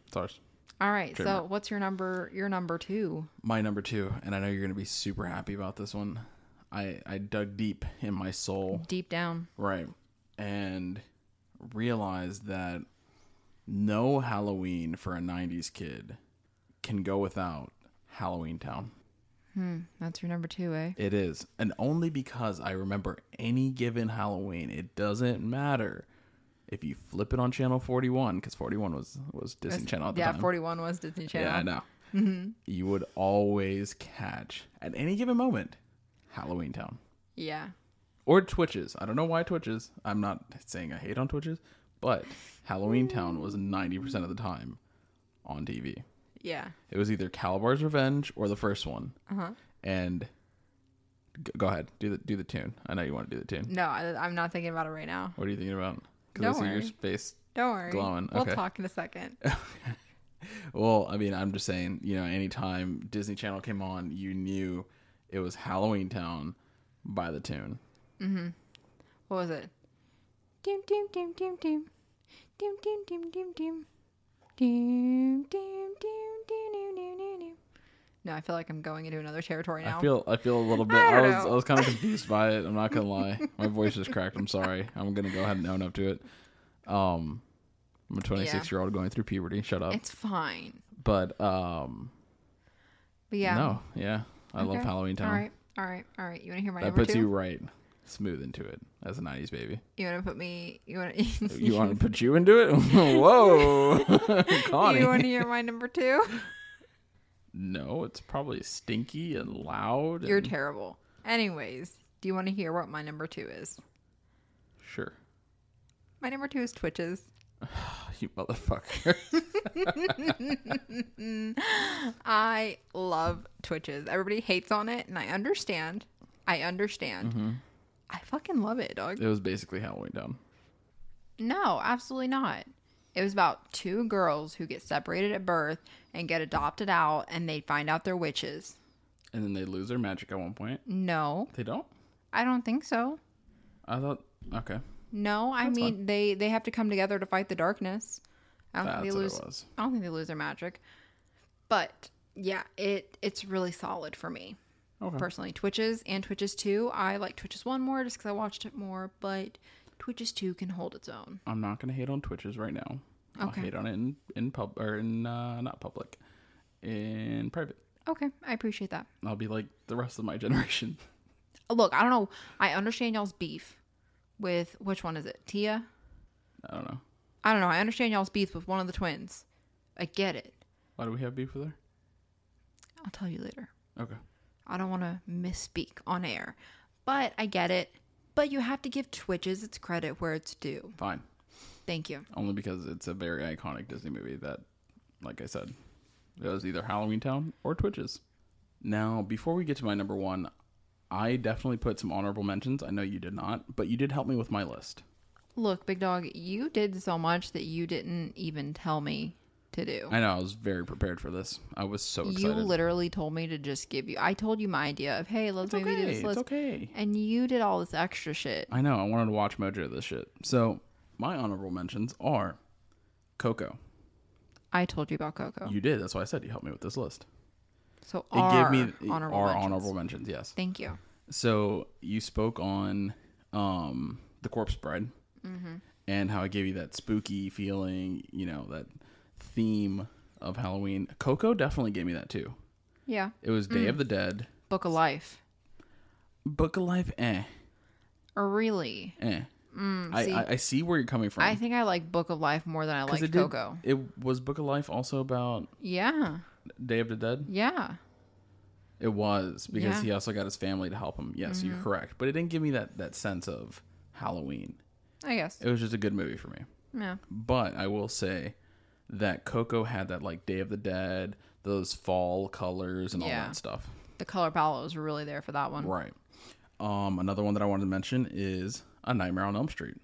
Speaker 1: It's ours.
Speaker 2: All right. So
Speaker 1: Trademark.
Speaker 2: what's your number? Your number two.
Speaker 1: My number two, and I know you're gonna be super happy about this one. I I dug deep in my soul,
Speaker 2: Deep down.
Speaker 1: right, and realized that no Halloween for a '90s kid can go without Halloween Town.
Speaker 2: That's your number two, eh?
Speaker 1: It is, and only because I remember any given Halloween. It doesn't matter if you flip it on channel 41 because 41 was was Disney Channel at the
Speaker 2: yeah,
Speaker 1: time.
Speaker 2: forty one was Disney Channel. Mm-hmm.
Speaker 1: Yeah, I know. You would always catch at any given moment Halloween Town
Speaker 2: Yeah.
Speaker 1: or Twitches. I don't know why Twitches. I'm not saying I hate on Twitches, but Halloween Town was 90% of the time on TV.
Speaker 2: Yeah.
Speaker 1: It was either Calabar's Revenge or the first one. And g- go ahead, do the do the tune. I know you want to do the tune.
Speaker 2: No, I, I'm not thinking about it right now.
Speaker 1: What are you thinking about?
Speaker 2: Don't
Speaker 1: Because I see your
Speaker 2: worry.
Speaker 1: face
Speaker 2: Don't worry.
Speaker 1: Glowing,
Speaker 2: We'll
Speaker 1: okay.
Speaker 2: talk in a second.
Speaker 1: Well, I mean, I'm just saying, you know, anytime Disney Channel came on, you knew it was Halloween Town by the tune.
Speaker 2: What was it? Doom doom doom doom doom. Doom doom doom doom doom. Doom doom doom doom doom doom doom doom. No, I feel like I'm going into another territory now.
Speaker 1: I feel I feel a little bit.
Speaker 2: I
Speaker 1: I,
Speaker 2: don't
Speaker 1: was
Speaker 2: know.
Speaker 1: I was kind of confused by it. I'm not gonna lie. My voice is cracked. I'm sorry. I'm gonna go ahead and own up to it. Um, I'm a 26 year old going through puberty. Shut up.
Speaker 2: it's fine.
Speaker 1: but um,
Speaker 2: But yeah.
Speaker 1: no, yeah, I love
Speaker 2: Okay.
Speaker 1: Halloween Town.
Speaker 2: All right. All right. All right. You want to hear my
Speaker 1: That
Speaker 2: number
Speaker 1: puts
Speaker 2: two?
Speaker 1: you
Speaker 2: You,
Speaker 1: right smooth into it as a 90s baby.
Speaker 2: want to put me? You want to?
Speaker 1: You want to put you into it? Whoa, Connie.
Speaker 2: You want to hear my number two?
Speaker 1: No, it's probably stinky and loud.
Speaker 2: You're
Speaker 1: and-
Speaker 2: terrible. Anyways, do you want to hear what my number two is?
Speaker 1: sure.
Speaker 2: My number two is Twitches.
Speaker 1: You motherfucker.
Speaker 2: I love Twitches. Everybody hates on it, and I understand. I understand. I fucking love it, dog.
Speaker 1: Mm-hmm. it was basically Halloween Town.
Speaker 2: No, absolutely not. It was about two girls who get separated at birth and get adopted out, and they find out they're witches.
Speaker 1: And then they lose their magic at one point.
Speaker 2: No,
Speaker 1: They don't?
Speaker 2: I don't think so.
Speaker 1: I thought, okay.
Speaker 2: No, I mean they they have to come together to fight the darkness. I don't
Speaker 1: That's
Speaker 2: think
Speaker 1: what
Speaker 2: they lose.
Speaker 1: it was.
Speaker 2: I don't think they lose their magic. But yeah, it it's really solid for me
Speaker 1: Okay.
Speaker 2: personally. Twitches and Twitches two. I like Twitches one more just because I watched it more, but Twitches two can hold its own.
Speaker 1: I'm not going to hate on Twitches right now. I'll
Speaker 2: Okay.
Speaker 1: hate on it in, in pub, or in, uh, not public, in private.
Speaker 2: Okay, I appreciate that.
Speaker 1: I'll be like the rest of my generation.
Speaker 2: Look, I don't know. I understand y'all's beef with which one is it? Tia?
Speaker 1: I don't know.
Speaker 2: I don't know. I understand y'all's beef with one of the twins. I get it.
Speaker 1: Why do we have beef with her?
Speaker 2: I'll tell you later.
Speaker 1: Okay.
Speaker 2: I don't want to misspeak on air, but I get it. But you have to give Twitches its credit where it's due.
Speaker 1: Fine.
Speaker 2: Thank you.
Speaker 1: Only because it's a very iconic Disney movie that, like I said, it was either Halloween Town or Twitches. Now, before we get to my number one, I definitely put some honorable mentions. I know you did not, but you did help me with my list.
Speaker 2: Look, Big Dog, you did so much that you didn't even tell me to do.
Speaker 1: I know I was very prepared for this. I was so excited.
Speaker 2: You literally told me to just give you. I told you my idea of, hey,
Speaker 1: it's
Speaker 2: let's maybe
Speaker 1: okay.
Speaker 2: do this
Speaker 1: It's
Speaker 2: list.
Speaker 1: okay.
Speaker 2: And you did all this extra shit.
Speaker 1: I know. I wanted to watch Mojo this shit. So my honorable mentions are Coco.
Speaker 2: I told you about Coco.
Speaker 1: You did. That's why I said you helped me with this list.
Speaker 2: so it
Speaker 1: It gave
Speaker 2: our
Speaker 1: me
Speaker 2: honorable
Speaker 1: our
Speaker 2: mentions.
Speaker 1: honorable mentions. Yes.
Speaker 2: Thank you.
Speaker 1: So you spoke on um, the Corpse Bride and how it gave you that spooky feeling, you know, that theme of Halloween. Coco definitely gave me that too.
Speaker 2: Yeah.
Speaker 1: It was Day of the Dead,
Speaker 2: Book of Life.
Speaker 1: Book of Life. Eh,
Speaker 2: Or Oh, really?
Speaker 1: eh. I, I I see where you're coming from.
Speaker 2: I think I like Book of Life more than I
Speaker 1: 'Cause
Speaker 2: like
Speaker 1: it did-
Speaker 2: Coco.
Speaker 1: It was Book of Life also about
Speaker 2: Yeah.
Speaker 1: Day of the Dead.
Speaker 2: Yeah.
Speaker 1: It was because
Speaker 2: Yeah. Mm-hmm.
Speaker 1: he also got his family to help him. Yes, you're correct, but it didn't give me that that sense of Halloween.
Speaker 2: I guess.
Speaker 1: It was just a good movie for me.
Speaker 2: Yeah.
Speaker 1: But I will say that Coco had that like Day of the Dead, those fall colors and all
Speaker 2: Yeah.
Speaker 1: that stuff.
Speaker 2: The color palette was really there for that one.
Speaker 1: Right. Um, another one that I wanted to mention is A Nightmare on Elm Street.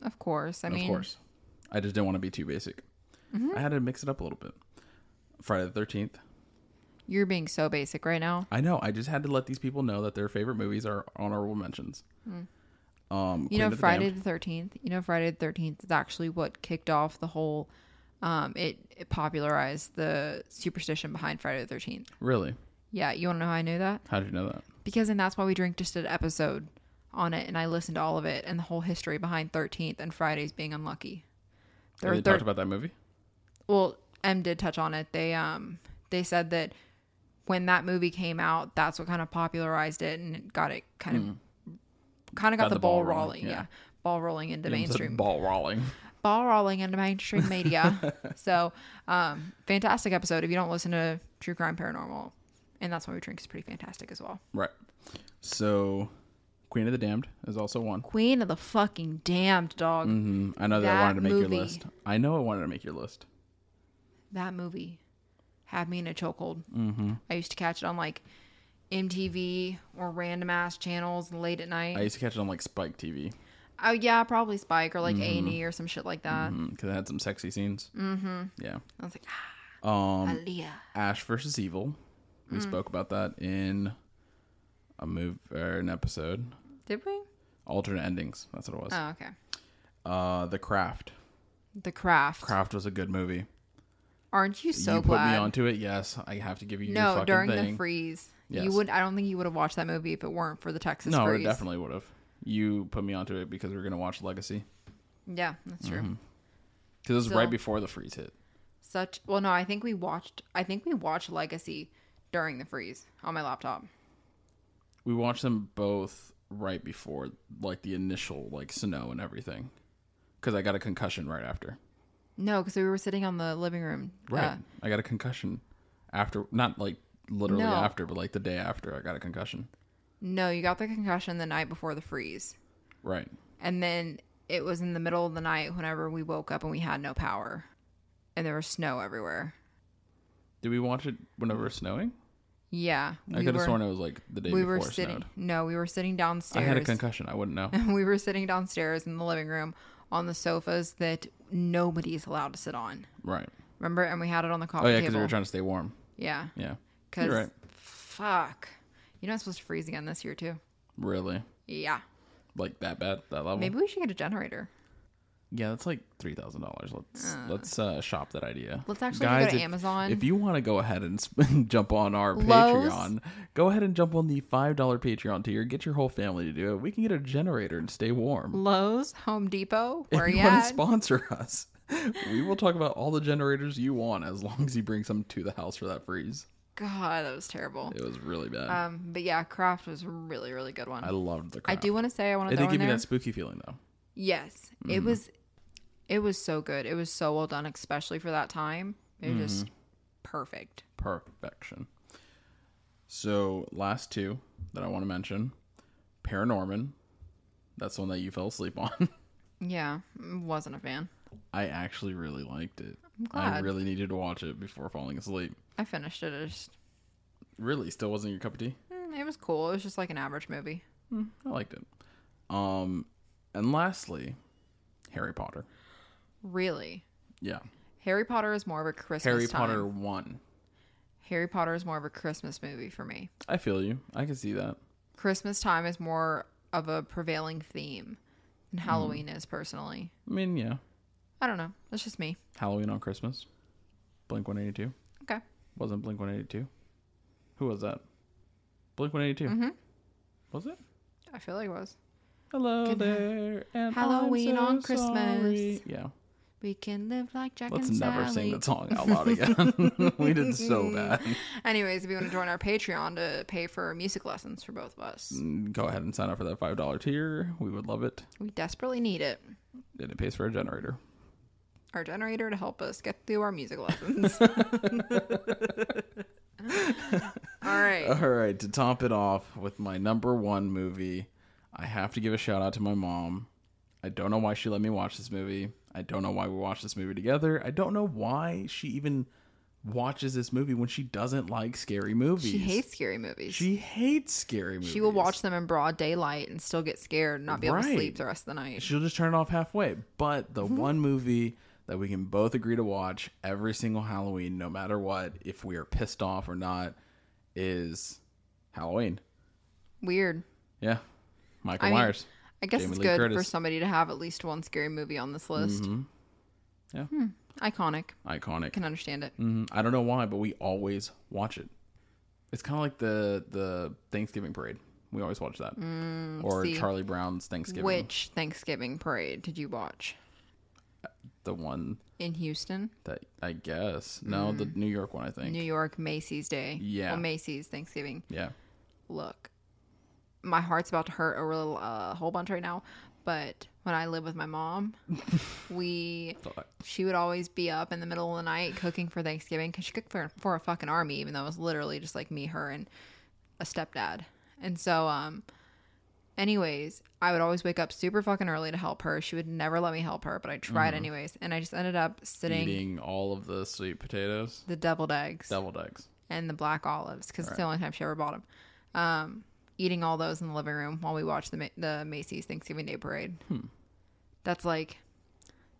Speaker 2: Of course. I mean, Mm-hmm.
Speaker 1: of course. I just didn't want to be too basic. I had to mix it up a little bit. Friday the thirteenth.
Speaker 2: you're being so basic right now.
Speaker 1: I know. I just had to let these people know that their favorite movies are honorable mentions. Um,
Speaker 2: Hmm. You
Speaker 1: Queen
Speaker 2: know,
Speaker 1: of the
Speaker 2: Friday
Speaker 1: Damned.
Speaker 2: the 13th, you know, Friday the 13th is actually what kicked off the whole, um, it, it popularized the superstition behind Friday the 13th.
Speaker 1: Really?
Speaker 2: Yeah. You want to know how I knew that?
Speaker 1: How did you know that?
Speaker 2: Because, and that's why we drink just did an episode on it and I listened to all of it and the whole history behind 13th and Fridays being unlucky. There
Speaker 1: They
Speaker 2: were
Speaker 1: talked
Speaker 2: thir-
Speaker 1: about that movie.
Speaker 2: well m did touch on it they um they said that when that movie came out that's what kind of popularized it and it got it kind of
Speaker 1: Mm.
Speaker 2: kind of got, the, ball, rolling, yeah. ball rolling into
Speaker 1: It was a
Speaker 2: mainstream
Speaker 1: Ball rolling.
Speaker 2: ball rolling into mainstream media so um fantastic episode if you don't listen to true crime paranormal and that's why we drink is pretty fantastic as well
Speaker 1: Right. So, Queen of the Damned is also one.
Speaker 2: queen of the fucking damned dog
Speaker 1: Mm, I know that, I
Speaker 2: That
Speaker 1: wanted to make
Speaker 2: movie.
Speaker 1: your list. I know I wanted to make your list.
Speaker 2: that movie had me in a chokehold.
Speaker 1: Mm-hmm.
Speaker 2: I used to catch it on like MTV or random ass channels late at
Speaker 1: I
Speaker 2: night.
Speaker 1: used to catch it on like Spike TV
Speaker 2: oh yeah, probably Spike or
Speaker 1: Mm-hmm.
Speaker 2: like A and E or some shit like that.
Speaker 1: because hmm, it had some sexy scenes. Mm-hmm. Yeah.
Speaker 2: I was like, ah,
Speaker 1: Um,
Speaker 2: Aaliyah.
Speaker 1: Ash versus Evil.
Speaker 2: Mm.
Speaker 1: We spoke about that in a move or an episode.
Speaker 2: Did we?
Speaker 1: Alternate endings. That's what it was.
Speaker 2: Oh okay.
Speaker 1: Uh, The Craft.
Speaker 2: The Craft.
Speaker 1: Craft was a good movie.
Speaker 2: Aren't you so
Speaker 1: you put
Speaker 2: glad?
Speaker 1: me onto it. Yes, I have to give you. your
Speaker 2: no,
Speaker 1: fucking
Speaker 2: during
Speaker 1: thing.
Speaker 2: the freeze, you
Speaker 1: Yes.
Speaker 2: would. I don't think you would have watched that movie if it weren't for the Texas
Speaker 1: No, I
Speaker 2: freeze.
Speaker 1: definitely would have. You put me onto it because we were gonna watch Legacy
Speaker 2: Yeah, that's true.
Speaker 1: Mm-hmm. because it was
Speaker 2: Still.
Speaker 1: right before the freeze hit.
Speaker 2: Such. Well, no, I think we watched. I think we watched Legacy during the freeze on my laptop.
Speaker 1: We watched them both right before like the initial like snow and everything because I got a concussion right after.
Speaker 2: No, because we were sitting on the living room.
Speaker 1: Right,
Speaker 2: uh,
Speaker 1: I got a concussion after, not like literally
Speaker 2: No.
Speaker 1: after, but like the day after I got a concussion.
Speaker 2: no, you got the concussion the night before the freeze,
Speaker 1: Right.
Speaker 2: and then it was in the middle of the night whenever we woke up and we had no power, and there was snow everywhere.
Speaker 1: Did we watch it whenever it was snowing?
Speaker 2: Yeah,
Speaker 1: I could have sworn it was like the day
Speaker 2: we
Speaker 1: before
Speaker 2: were
Speaker 1: it
Speaker 2: sitting.
Speaker 1: snowed.
Speaker 2: No, we were sitting
Speaker 1: I
Speaker 2: downstairs.
Speaker 1: had a concussion. I wouldn't know.
Speaker 2: we were sitting downstairs in the living room on the sofas that nobody's allowed to sit on.
Speaker 1: right.
Speaker 2: Remember? And we had it on the coffee
Speaker 1: Oh yeah, because
Speaker 2: table.
Speaker 1: we were trying to stay warm.
Speaker 2: yeah,
Speaker 1: Yeah.
Speaker 2: because
Speaker 1: You're right.
Speaker 2: fuck, you're not supposed to freeze again this year too.
Speaker 1: Really?
Speaker 2: Yeah,
Speaker 1: Like that bad? That level?
Speaker 2: maybe we should get a generator.
Speaker 1: Yeah, that's like three thousand dollars. Let's let's uh, shop that idea.
Speaker 2: Ah. Let's actually go to
Speaker 1: if-
Speaker 2: Amazon.
Speaker 1: If you want to go ahead and sp- jump on our
Speaker 2: Lowe's.
Speaker 1: Patreon, go ahead and jump on the five dollar Patreon tier. Get your whole family to do it. We can get a generator and stay warm.
Speaker 2: Lowe's, Home Depot, where
Speaker 1: if
Speaker 2: you
Speaker 1: you want
Speaker 2: at?
Speaker 1: to sponsor us, we will talk about all the generators you want as long as you bring some to the house for that freeze.
Speaker 2: God, that was terrible.
Speaker 1: It was really bad.
Speaker 2: Um, but yeah, Kraft was a really really good one.
Speaker 1: I
Speaker 2: I,
Speaker 1: loved the. Craft.
Speaker 2: do want to say I want to
Speaker 1: It
Speaker 2: throw
Speaker 1: did
Speaker 2: in
Speaker 1: give me
Speaker 2: there.
Speaker 1: that Mm. spooky feeling though.
Speaker 2: Yes, it was. It was so good. It was so well done, especially for that time. It was
Speaker 1: Mm-hmm.
Speaker 2: just perfect.
Speaker 1: perfection. So, last two that I want to mention Paranorman. That's the one that you fell asleep on.
Speaker 2: Yeah, wasn't a fan.
Speaker 1: I actually really liked it. I
Speaker 2: glad.
Speaker 1: really needed to watch it before falling asleep.
Speaker 2: I finished it. It, just,
Speaker 1: Really, still wasn't your cup of tea?
Speaker 2: mm, it was cool. It was just like an average movie.
Speaker 1: I liked it. Um, and lastly, Harry Potter.
Speaker 2: Really,
Speaker 1: Yeah.
Speaker 2: Harry Potter is more of a Christmas.
Speaker 1: Harry
Speaker 2: time.
Speaker 1: Potter 1.
Speaker 2: Harry Potter is more of a Christmas movie for me.
Speaker 1: I feel you. I can see that.
Speaker 2: Christmas time is more of a prevailing theme than
Speaker 1: Hmm.
Speaker 2: Halloween is personally.
Speaker 1: I mean, yeah.
Speaker 2: I don't know. That's just me.
Speaker 1: Halloween on Christmas. Blink 182.
Speaker 2: Okay.
Speaker 1: Wasn't Blink 182? Who was that? Blink 182.
Speaker 2: Mm-hmm.
Speaker 1: Was it?
Speaker 2: I feel like it was.
Speaker 1: Hello
Speaker 2: Good-
Speaker 1: there. And
Speaker 2: Halloween
Speaker 1: I'm
Speaker 2: on
Speaker 1: so sorry.
Speaker 2: Christmas.
Speaker 1: Yeah.
Speaker 2: We can live like Jack
Speaker 1: Let's
Speaker 2: and
Speaker 1: never
Speaker 2: Sally.
Speaker 1: sing that song out loud again. we did so bad.
Speaker 2: Anyways, if you want to join our Patreon to pay for music lessons for both of us,
Speaker 1: Go ahead and sign up for that $5 tier. We would love it.
Speaker 2: we desperately need it.
Speaker 1: And it pays for a generator.
Speaker 2: Our generator to help us get through our music lessons. All right.
Speaker 1: All right. To top it off with my number one movie, I have to give a shout out to my mom. I don't know why she let me watch this movie. I don't know why we watched this movie together. I don't know why she even watches this movie when she doesn't like scary movies.
Speaker 2: She hates scary movies. She,
Speaker 1: She hates scary movies.
Speaker 2: will watch them in broad daylight and still get scared and not be able to
Speaker 1: Right.
Speaker 2: sleep the rest of the night.
Speaker 1: She'll just turn it off halfway. But the
Speaker 2: Mm-hmm.
Speaker 1: one movie that we can both agree to watch every single Halloween, no matter what, if we are pissed off or not, is Halloween.
Speaker 2: Weird.
Speaker 1: Yeah, Michael
Speaker 2: I mean,
Speaker 1: Myers.
Speaker 2: I guess
Speaker 1: Jamie
Speaker 2: it's
Speaker 1: Lee
Speaker 2: good for
Speaker 1: Curtis. Mm-hmm.
Speaker 2: somebody to have at least one scary movie on this list.
Speaker 1: Yeah.
Speaker 2: Hmm. Iconic.
Speaker 1: Iconic.
Speaker 2: Can understand it.
Speaker 1: Mhm. I don't know why, but we always watch it. It's kind of like the the Thanksgiving parade. We always watch that, or
Speaker 2: Mm, see.
Speaker 1: Charlie Brown's Thanksgiving,
Speaker 2: Which Thanksgiving parade did you watch?
Speaker 1: the one
Speaker 2: In Houston?
Speaker 1: that I guess no, the New York one. I think.
Speaker 2: Mm. New York Macy's Day.
Speaker 1: Yeah.
Speaker 2: Well, Macy's Thanksgiving.
Speaker 1: yeah,
Speaker 2: Look, my heart's about to hurt a real uh, whole bunch right now. But when I lived with my mom, we
Speaker 1: Thought-
Speaker 2: she would always be up in the middle of the night cooking for Thanksgiving because she cooked for for a fucking army, even though it was literally just like me, her, and a stepdad. And so, um, anyways, I would always wake up super fucking early to help her. She would never let me help her, but I tried anyways, and I just ended up sitting
Speaker 1: eating all of the sweet potatoes,
Speaker 2: the deviled eggs.
Speaker 1: deviled eggs.
Speaker 2: and the black olives because it's the only time she ever bought them. Um, eating all those in the living room while we watched the Ma- the Macy's Thanksgiving Day Parade.
Speaker 1: Hmm.
Speaker 2: That's like,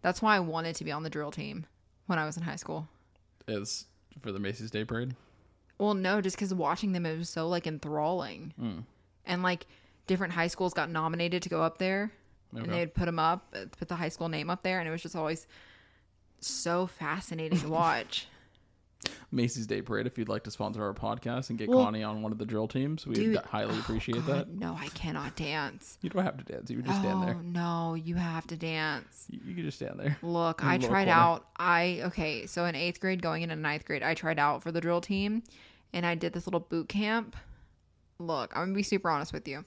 Speaker 2: that's why I wanted to be on the drill team when I was in high school.
Speaker 1: is for the Macy's Day Parade.
Speaker 2: Well, no, just because watching them it was so like enthralling,
Speaker 1: Hmm.
Speaker 2: and like different high schools got nominated to go up there, and
Speaker 1: Okay.
Speaker 2: they would put them up, uh, put the high school name up there, and it was just always so fascinating to watch.
Speaker 1: Macy's Day Parade if you'd like to sponsor our podcast and get
Speaker 2: Well,
Speaker 1: Connie on one of the drill teams. We'd
Speaker 2: dude, oh,
Speaker 1: highly appreciate that.
Speaker 2: God, no, I cannot dance.
Speaker 1: You don't have to dance. You can just stand
Speaker 2: oh
Speaker 1: there.
Speaker 2: no, you have to dance.
Speaker 1: You, you can just stand there.
Speaker 2: Look,
Speaker 1: In the
Speaker 2: I
Speaker 1: little
Speaker 2: tried
Speaker 1: corner.
Speaker 2: out. I okay, so in eighth grade, going into ninth grade, I tried out for the drill team, and I did this little boot camp. Look, I'm gonna be super honest with you.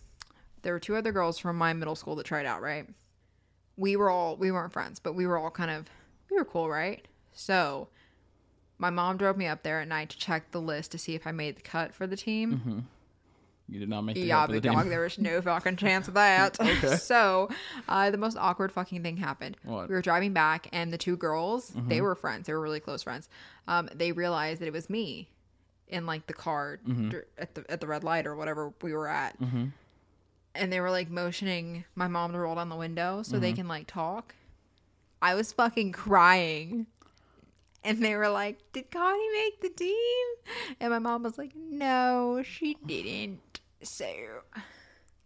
Speaker 2: There were two other girls from my middle school that tried out. Right, we were all we weren't friends, but we were all kind of we were cool, right? So, my mom drove me up there at night to check the list to see if I made the cut for the team.
Speaker 1: Mm-hmm. You did not make the
Speaker 2: Yeah,
Speaker 1: cut for the
Speaker 2: big
Speaker 1: team.
Speaker 2: dog. There was no fucking chance of that. so, uh, the most awkward fucking thing happened.
Speaker 1: What?
Speaker 2: We were driving back, and the two girls, they were friends. They were really close friends. Um, they realized that it was me in like the car dr- at the at the red light or whatever we were at, and they were like motioning my mom to roll down the window so they can like talk. I was fucking crying. And they were like, Did Connie make the team? And my mom was like, No, she didn't. So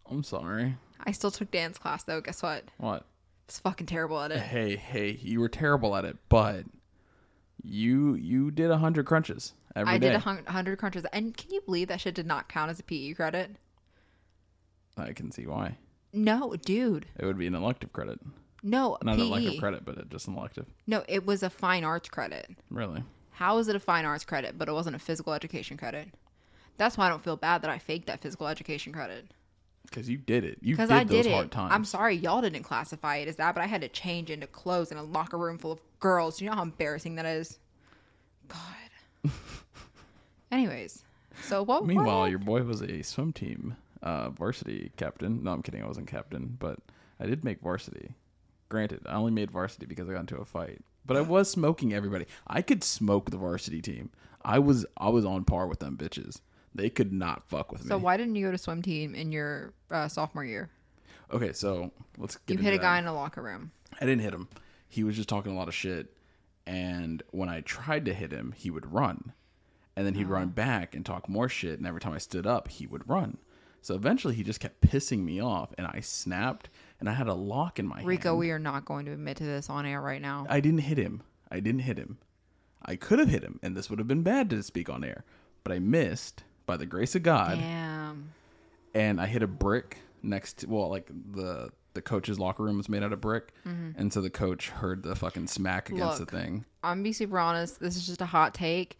Speaker 1: I'm sorry.
Speaker 2: I still took dance class though. Guess what?
Speaker 1: What?
Speaker 2: It's fucking terrible at it.
Speaker 1: Hey, hey, you were terrible at it, but you you did a hundred crunches every
Speaker 2: I
Speaker 1: day.
Speaker 2: did a hun- 100 crunches. And can you believe that shit did not count as a PE credit?
Speaker 1: I can see why.
Speaker 2: No, dude.
Speaker 1: It would be an elective credit,
Speaker 2: No,
Speaker 1: not an
Speaker 2: PE.
Speaker 1: elective credit, but it, just an elective.
Speaker 2: No, it was a fine arts credit.
Speaker 1: Really?
Speaker 2: How is it a fine arts credit, but it wasn't a physical education credit? That's why I don't feel bad that I faked that physical education credit.
Speaker 1: Because you did it. You did
Speaker 2: Because I
Speaker 1: those
Speaker 2: did it.
Speaker 1: hard times.
Speaker 2: I'm sorry, y'all didn't classify it as that, but I had to change into clothes in a locker room full of girls. You know how embarrassing that is. God. Anyways, so what?
Speaker 1: Meanwhile,
Speaker 2: what?
Speaker 1: your boy was a swim team uh, varsity captain. No, I'm kidding. I wasn't captain, but I did make varsity. Granted, I only made varsity because I got into a fight, but I was smoking everybody. I could smoke the varsity team. I was I was on par with them bitches. They could not fuck with
Speaker 2: so
Speaker 1: me.
Speaker 2: why didn't you go to swim team in your uh, sophomore year?
Speaker 1: okay, so let's get
Speaker 2: You
Speaker 1: into
Speaker 2: hit a
Speaker 1: that.
Speaker 2: guy in a locker room.
Speaker 1: I didn't hit him. He was just talking a lot of shit. And when I tried to hit him, he would run. And then he'd
Speaker 2: Uh-huh.
Speaker 1: run back and talk more shit. And every time I stood up, he would run. So eventually he just kept pissing me off. And I snapped and I had a lock in my
Speaker 2: Rico,
Speaker 1: hand.
Speaker 2: we are not going to admit to this on air right now.
Speaker 1: I didn't hit him. I didn't hit him. I could have hit him. And this would have been bad to speak on air. But I missed by the grace of God.
Speaker 2: Damn.
Speaker 1: and I hit a brick next to well, like the the coach's locker room was made out of brick, and so the coach heard the fucking smack against
Speaker 2: Mm-hmm. Look.
Speaker 1: the thing.
Speaker 2: I'm gonna be super honest. This is just a hot take.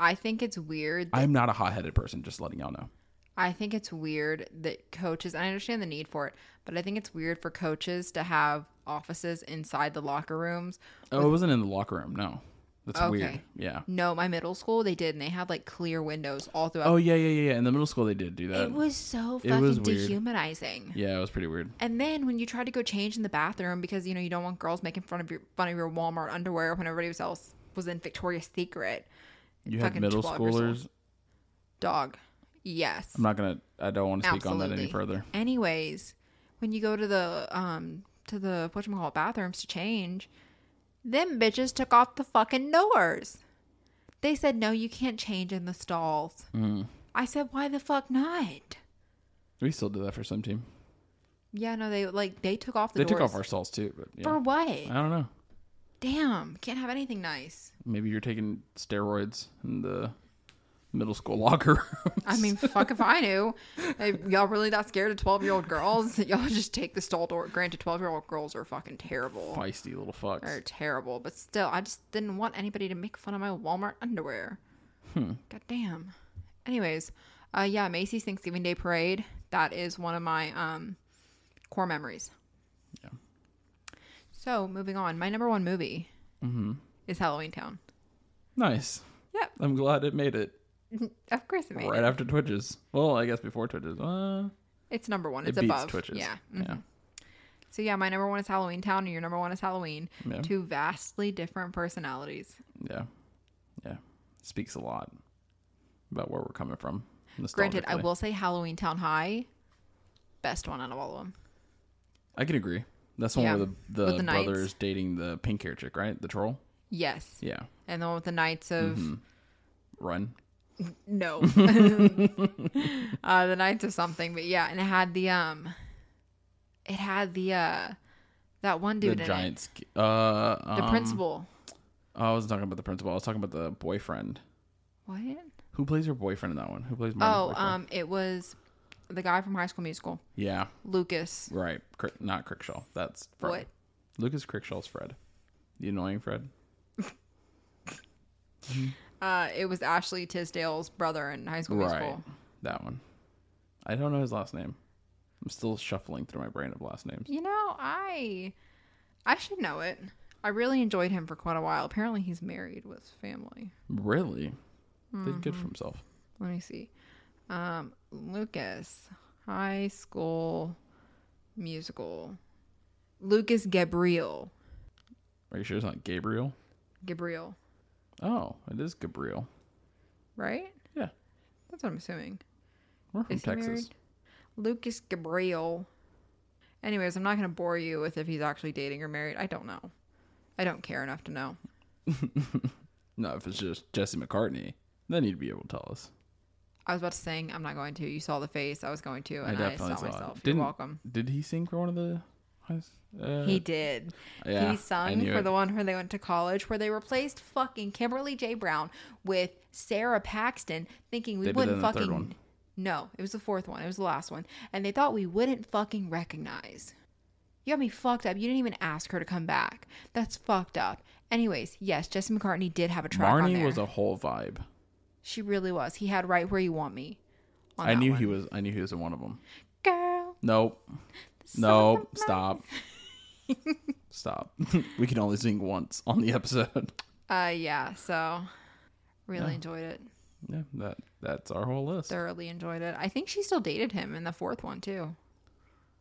Speaker 2: I think it's weird. That,
Speaker 1: I'm not a hot headed person, just letting y'all know.
Speaker 2: I think it's weird that coaches. I understand the need for it, but I think it's weird for coaches to have offices inside the locker rooms
Speaker 1: Oh, it wasn't in the locker room. No, that's
Speaker 2: Okay.
Speaker 1: weird. Yeah.
Speaker 2: No, my middle school they did, and they had like clear windows all throughout.
Speaker 1: Oh yeah, yeah, yeah. yeah. In the middle school, they did do that.
Speaker 2: it was so
Speaker 1: it
Speaker 2: fucking
Speaker 1: was weird.
Speaker 2: dehumanizing.
Speaker 1: yeah, it was pretty weird.
Speaker 2: And then when you tried to go change in the bathroom because you know you don't want girls making fun of your fun of your Walmart underwear when everybody else was in Victoria's Secret.
Speaker 1: You had
Speaker 2: Fucking
Speaker 1: middle
Speaker 2: 12 years old.
Speaker 1: schoolers.
Speaker 2: Dog. Yes.
Speaker 1: I'm not gonna. I don't want to speak on that any
Speaker 2: Absolutely.
Speaker 1: further.
Speaker 2: Anyways, when you go to the um to the whatchamacallit bathrooms to change, them bitches took off the fucking doors. They said no, you can't change in the stalls.
Speaker 1: Mm.
Speaker 2: I said, why the fuck not?
Speaker 1: We still do that for some team.
Speaker 2: Yeah, no, they like they took off the
Speaker 1: They
Speaker 2: doors. Oh,
Speaker 1: took off our stalls too, but yeah.
Speaker 2: for what?
Speaker 1: I don't know.
Speaker 2: Damn, can't have anything nice.
Speaker 1: Maybe you're taking steroids in the middle school locker room.
Speaker 2: I mean, fuck if I knew. Hey, y'all really that scared of twelve year old girls? Y'all just take the stall door. Granted, twelve year old girls are fucking terrible.
Speaker 1: Feisty little fucks.
Speaker 2: are terrible, but still, I just didn't want anybody to make fun of my Walmart underwear.
Speaker 1: Hmm.
Speaker 2: God damn. Anyways, uh, yeah, Macy's Thanksgiving Day Parade. That is one of my um, core memories.
Speaker 1: Yeah.
Speaker 2: So moving on, my number one movie
Speaker 1: Mm-hmm.
Speaker 2: is Halloween Town.
Speaker 1: Nice.
Speaker 2: Yep,
Speaker 1: I'm glad it made it
Speaker 2: of course it made
Speaker 1: right
Speaker 2: it.
Speaker 1: after Twitches. Well, I guess before Twitches. Uh,
Speaker 2: It's number one. It's
Speaker 1: it beats
Speaker 2: above.
Speaker 1: Twitches.
Speaker 2: Yeah. Mm. Mm-hmm.
Speaker 1: yeah.
Speaker 2: So yeah, my number one is Halloween Town, and your number one is Halloween.
Speaker 1: Yeah.
Speaker 2: Two vastly different personalities.
Speaker 1: Yeah. Yeah. Speaks a lot about where we're coming from.
Speaker 2: Granted, I
Speaker 1: nostalgically.
Speaker 2: will say Halloween Town High, best one out of all of them.
Speaker 1: I can agree. That's the one
Speaker 2: Yeah.
Speaker 1: where the, the,
Speaker 2: With the knights.
Speaker 1: brother is dating the pink hair chick, right? The troll?
Speaker 2: Yes.
Speaker 1: Yeah. Mm-hmm.
Speaker 2: and the one with the Knights of
Speaker 1: Run.
Speaker 2: No, uh, the Knights of something. But yeah, and it had the um, it had the uh, that one dude
Speaker 1: the
Speaker 2: in
Speaker 1: giant. sk- Uh,
Speaker 2: it, the
Speaker 1: um, oh,
Speaker 2: principal.
Speaker 1: I wasn't talking about the principal. I was talking about the boyfriend.
Speaker 2: What?
Speaker 1: Who plays her boyfriend in that one? Who plays Marty's
Speaker 2: Oh,
Speaker 1: boyfriend?
Speaker 2: um, it was the guy from High School Musical,
Speaker 1: yeah,
Speaker 2: Lucas.
Speaker 1: right. Cr- not Crickshaw. That's Fred.
Speaker 2: What?
Speaker 1: Lucas Crickshaw's Fred. The annoying Fred.
Speaker 2: Uh, it was Ashley Tisdale's brother in High School
Speaker 1: Right.
Speaker 2: Musical.
Speaker 1: That one. I don't know his last name. I'm still shuffling through my brain of last names.
Speaker 2: You know, I I should know it. I really enjoyed him for quite a while. Apparently, he's married with family.
Speaker 1: Really? Did
Speaker 2: Mm-hmm.
Speaker 1: good for himself.
Speaker 2: Let me see. Um, Lucas High School Musical. Lucas Gabriel.
Speaker 1: Are you sure it's not Gabriel?
Speaker 2: Gabriel,
Speaker 1: Oh, it is Gabriel.
Speaker 2: right?
Speaker 1: Yeah.
Speaker 2: That's what I'm assuming.
Speaker 1: We're from
Speaker 2: Is he
Speaker 1: Texas.
Speaker 2: married? Lucas Gabriel. Anyways, I'm not going to bore you with if he's actually dating or married. I don't know. I don't care enough to know.
Speaker 1: No, if it's just Jesse McCartney, then he'd be able to tell us.
Speaker 2: I was about to sing. I'm not going to. You saw the face. I was going to,
Speaker 1: I
Speaker 2: and I,
Speaker 1: definitely
Speaker 2: saw,
Speaker 1: saw it.
Speaker 2: myself.
Speaker 1: Didn't-
Speaker 2: You're welcome.
Speaker 1: Did he sing for one of the? Uh,
Speaker 2: He did.
Speaker 1: yeah, I
Speaker 2: he sung
Speaker 1: knew
Speaker 2: for
Speaker 1: it.
Speaker 2: the one where they went to college, where they replaced fucking Kimberly J. Brown with Sarah Paxton, thinking we
Speaker 1: They did that
Speaker 2: wouldn't
Speaker 1: in the third
Speaker 2: fucking.
Speaker 1: one.
Speaker 2: No, it was the fourth one. It was the last one, and they thought we wouldn't fucking recognize. You got me fucked up. You didn't even ask her to come back. That's fucked up. Anyways, yes, Jesse McCartney did have a track on
Speaker 1: Marnie
Speaker 2: there.
Speaker 1: was a whole vibe.
Speaker 2: she really was. He had right where you want me. on
Speaker 1: I
Speaker 2: that
Speaker 1: knew
Speaker 2: one.
Speaker 1: he was. I knew he was in one of them.
Speaker 2: Girl,
Speaker 1: Nope. Nope. Stop. Stop. we can only sing once on the episode.
Speaker 2: Uh, yeah. So, really enjoyed it.
Speaker 1: Yeah, that that's our whole list.
Speaker 2: Thoroughly enjoyed it. I think she still dated him in the fourth one too.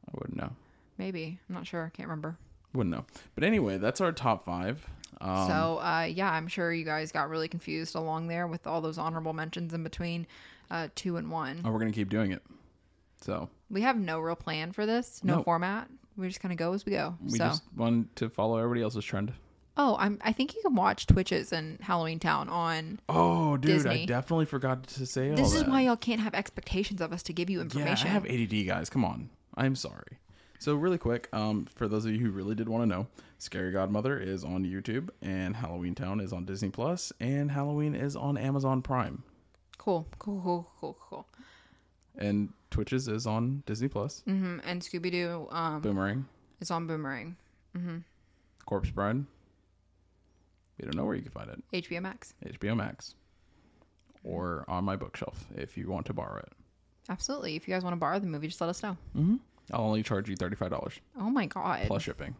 Speaker 1: I wouldn't know.
Speaker 2: Maybe I'm not sure. Can't remember.
Speaker 1: Wouldn't know. But anyway, that's our top five. Um,
Speaker 2: so, uh, yeah, I'm sure you guys got really confused along there with all those honorable mentions in between uh, two and one.
Speaker 1: and we're gonna keep doing it. So
Speaker 2: We have no real plan for this. No,
Speaker 1: No.
Speaker 2: format. We just kind of go as we go.
Speaker 1: we
Speaker 2: so,
Speaker 1: just wanted to follow everybody else's trend.
Speaker 2: oh, I'm. I think you can watch Twitches and Halloween Town on.
Speaker 1: Oh, dude, I
Speaker 2: Disney.
Speaker 1: definitely forgot to say all
Speaker 2: This is
Speaker 1: that.
Speaker 2: why y'all can't have expectations of us to give you
Speaker 1: Yeah, I
Speaker 2: information.
Speaker 1: have ADD, guys. Come on. I'm sorry. So really quick, um, for those of you who really did want to know, Scary Godmother is on YouTube, and Halloween Town is on Disney Plus, and Halloween is on Amazon Prime,
Speaker 2: Cool, cool, cool, cool, cool.
Speaker 1: and Twitches is on Disney Plus.
Speaker 2: hmm And Scooby Doo um,
Speaker 1: Boomerang,
Speaker 2: is on Boomerang,
Speaker 1: Corpse Bride. We don't know where you can find it.
Speaker 2: HBO Max.
Speaker 1: HBO Max, or on my bookshelf if you want to borrow it.
Speaker 2: Absolutely. If you guys want to borrow the movie, just let us know.
Speaker 1: I'll only charge you thirty five dollars
Speaker 2: Oh my god.
Speaker 1: plus shipping.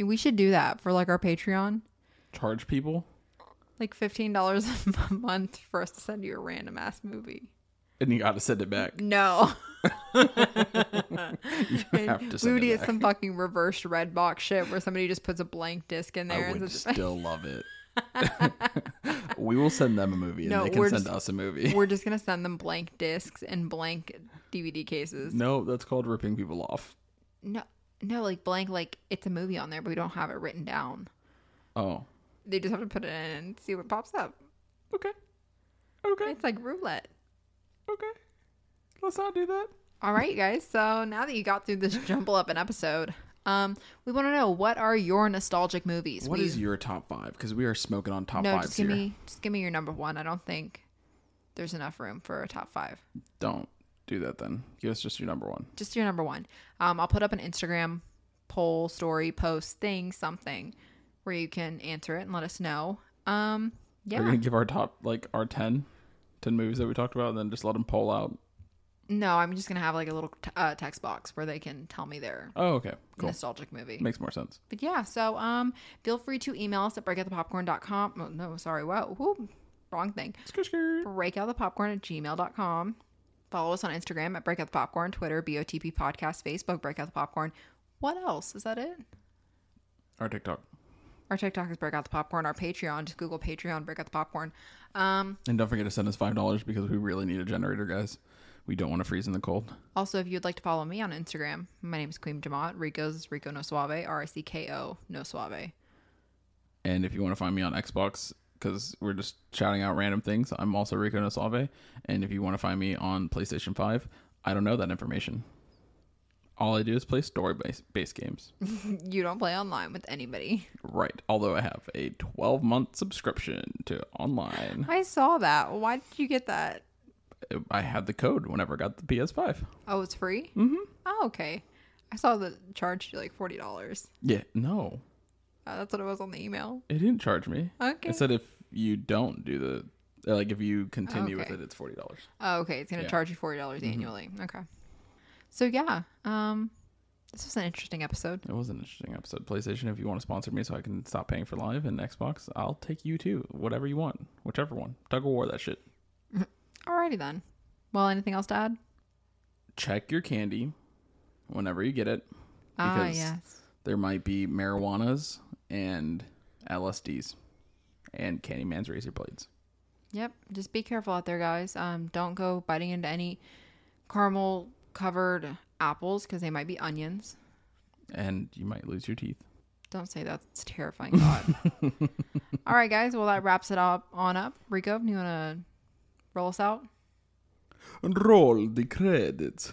Speaker 2: We should do that for like our Patreon.
Speaker 1: Charge people.
Speaker 2: Like fifteen dollars a month for us to send you a random ass movie.
Speaker 1: And you got to send it back.
Speaker 2: No.
Speaker 1: have to
Speaker 2: we
Speaker 1: send
Speaker 2: would
Speaker 1: it
Speaker 2: get
Speaker 1: back.
Speaker 2: some fucking reverse red box shit where somebody just puts a blank disc in there
Speaker 1: I
Speaker 2: and
Speaker 1: would
Speaker 2: says,
Speaker 1: still love it. we will send them a movie, and
Speaker 2: No,
Speaker 1: they can
Speaker 2: we're
Speaker 1: send
Speaker 2: just-
Speaker 1: us a movie.
Speaker 2: We're just gonna send them blank discs and blank DVD cases.
Speaker 1: No, that's called ripping people off.
Speaker 2: No no, like blank like it's a movie on there, but we don't have it written down.
Speaker 1: Oh,
Speaker 2: They just have to put it in and see what pops up.
Speaker 1: okay, okay,
Speaker 2: It's like roulette.
Speaker 1: okay. Let's not do that.
Speaker 2: All right, guys. So now that you got through this jumble up an episode, um, we want to know what are your nostalgic movies?
Speaker 1: What
Speaker 2: we,
Speaker 1: is your top five? Because we are smoking on top
Speaker 2: no?
Speaker 1: fives
Speaker 2: Just give
Speaker 1: here.
Speaker 2: me just give me your number one. I don't think there's enough room for a top five.
Speaker 1: Don't do that then. Give us just your number one.
Speaker 2: Just your number one. Um, I'll put up an Instagram poll, story, post, thing, something, where you can answer it and let us know. Um,
Speaker 1: We're
Speaker 2: yeah.
Speaker 1: gonna give our top like our 10, 10 movies that we talked about, and then just let them poll out.
Speaker 2: No, I'm just gonna have like a little t- uh, text box where they can tell me their
Speaker 1: Oh, okay, cool.
Speaker 2: nostalgic movie.
Speaker 1: Makes more sense.
Speaker 2: But yeah, so um, feel free to email us at breakoutthepopcorn.com. Oh, no, sorry. Whoa. Whoop. wrong thing.
Speaker 1: Skirt, skirt.
Speaker 2: Breakoutthepopcorn at gmail.com. Follow us on Instagram at breakoutthepopcorn, Twitter, BOTP podcast, Facebook, Breakout the Popcorn. What else? Is that it?
Speaker 1: Our TikTok.
Speaker 2: Our TikTok is Breakout the Popcorn. Our Patreon, just Google Patreon, Breakout the Popcorn. Um,
Speaker 1: And don't forget to send us five dollars because we really need a generator, guys. We don't want to freeze in the cold.
Speaker 2: also, if you'd like to follow me on Instagram, my name is Queen Jamont. Rico's is Rico No Suave, R I C K O No Suave.
Speaker 1: And if you want to find me on Xbox, because we're just shouting out random things, I'm also Rico Nosalve. And if you want to find me on PlayStation 5, I don't know that information. All I do is play story based based games.
Speaker 2: You don't play online with anybody.
Speaker 1: right. Although I have a 12 month subscription to online.
Speaker 2: I saw that. Why did you get that?
Speaker 1: I had the code whenever I got the PS5.
Speaker 2: Oh, it's free? Mm-hmm. Oh, okay. I saw the charge you like $40. Oh,
Speaker 1: Yeah. No,
Speaker 2: that's what it was on the email.
Speaker 1: it didn't charge me.
Speaker 2: Okay.
Speaker 1: It said if you don't do the, uh, like if you continue
Speaker 2: Okay.
Speaker 1: with it, it's $40.
Speaker 2: Oh, okay. It's going to
Speaker 1: Yeah. Mm-hmm.
Speaker 2: charge you $40 dollars annually. Okay. So, yeah. Um, this was an interesting episode.
Speaker 1: It was an interesting episode. PlayStation, if you want to sponsor me so I can stop paying for live and Xbox, I'll take you too. Whatever you want. Whichever one. Tug of war, that shit.
Speaker 2: Alrighty then. Well, anything else to add?
Speaker 1: Check your candy whenever you get it.
Speaker 2: Ah,
Speaker 1: Because-
Speaker 2: yes.
Speaker 1: There might be marijuanas and LSDs and Candyman's razor blades.
Speaker 2: Yep. Just be careful out there, guys. Um, don't go biting into any caramel covered apples because they might be onions.
Speaker 1: And you might lose your teeth.
Speaker 2: Don't say that. It's terrifying. God. All right, guys. Well, that wraps it up on up. Rico, you want to roll us out?
Speaker 1: And roll the credits.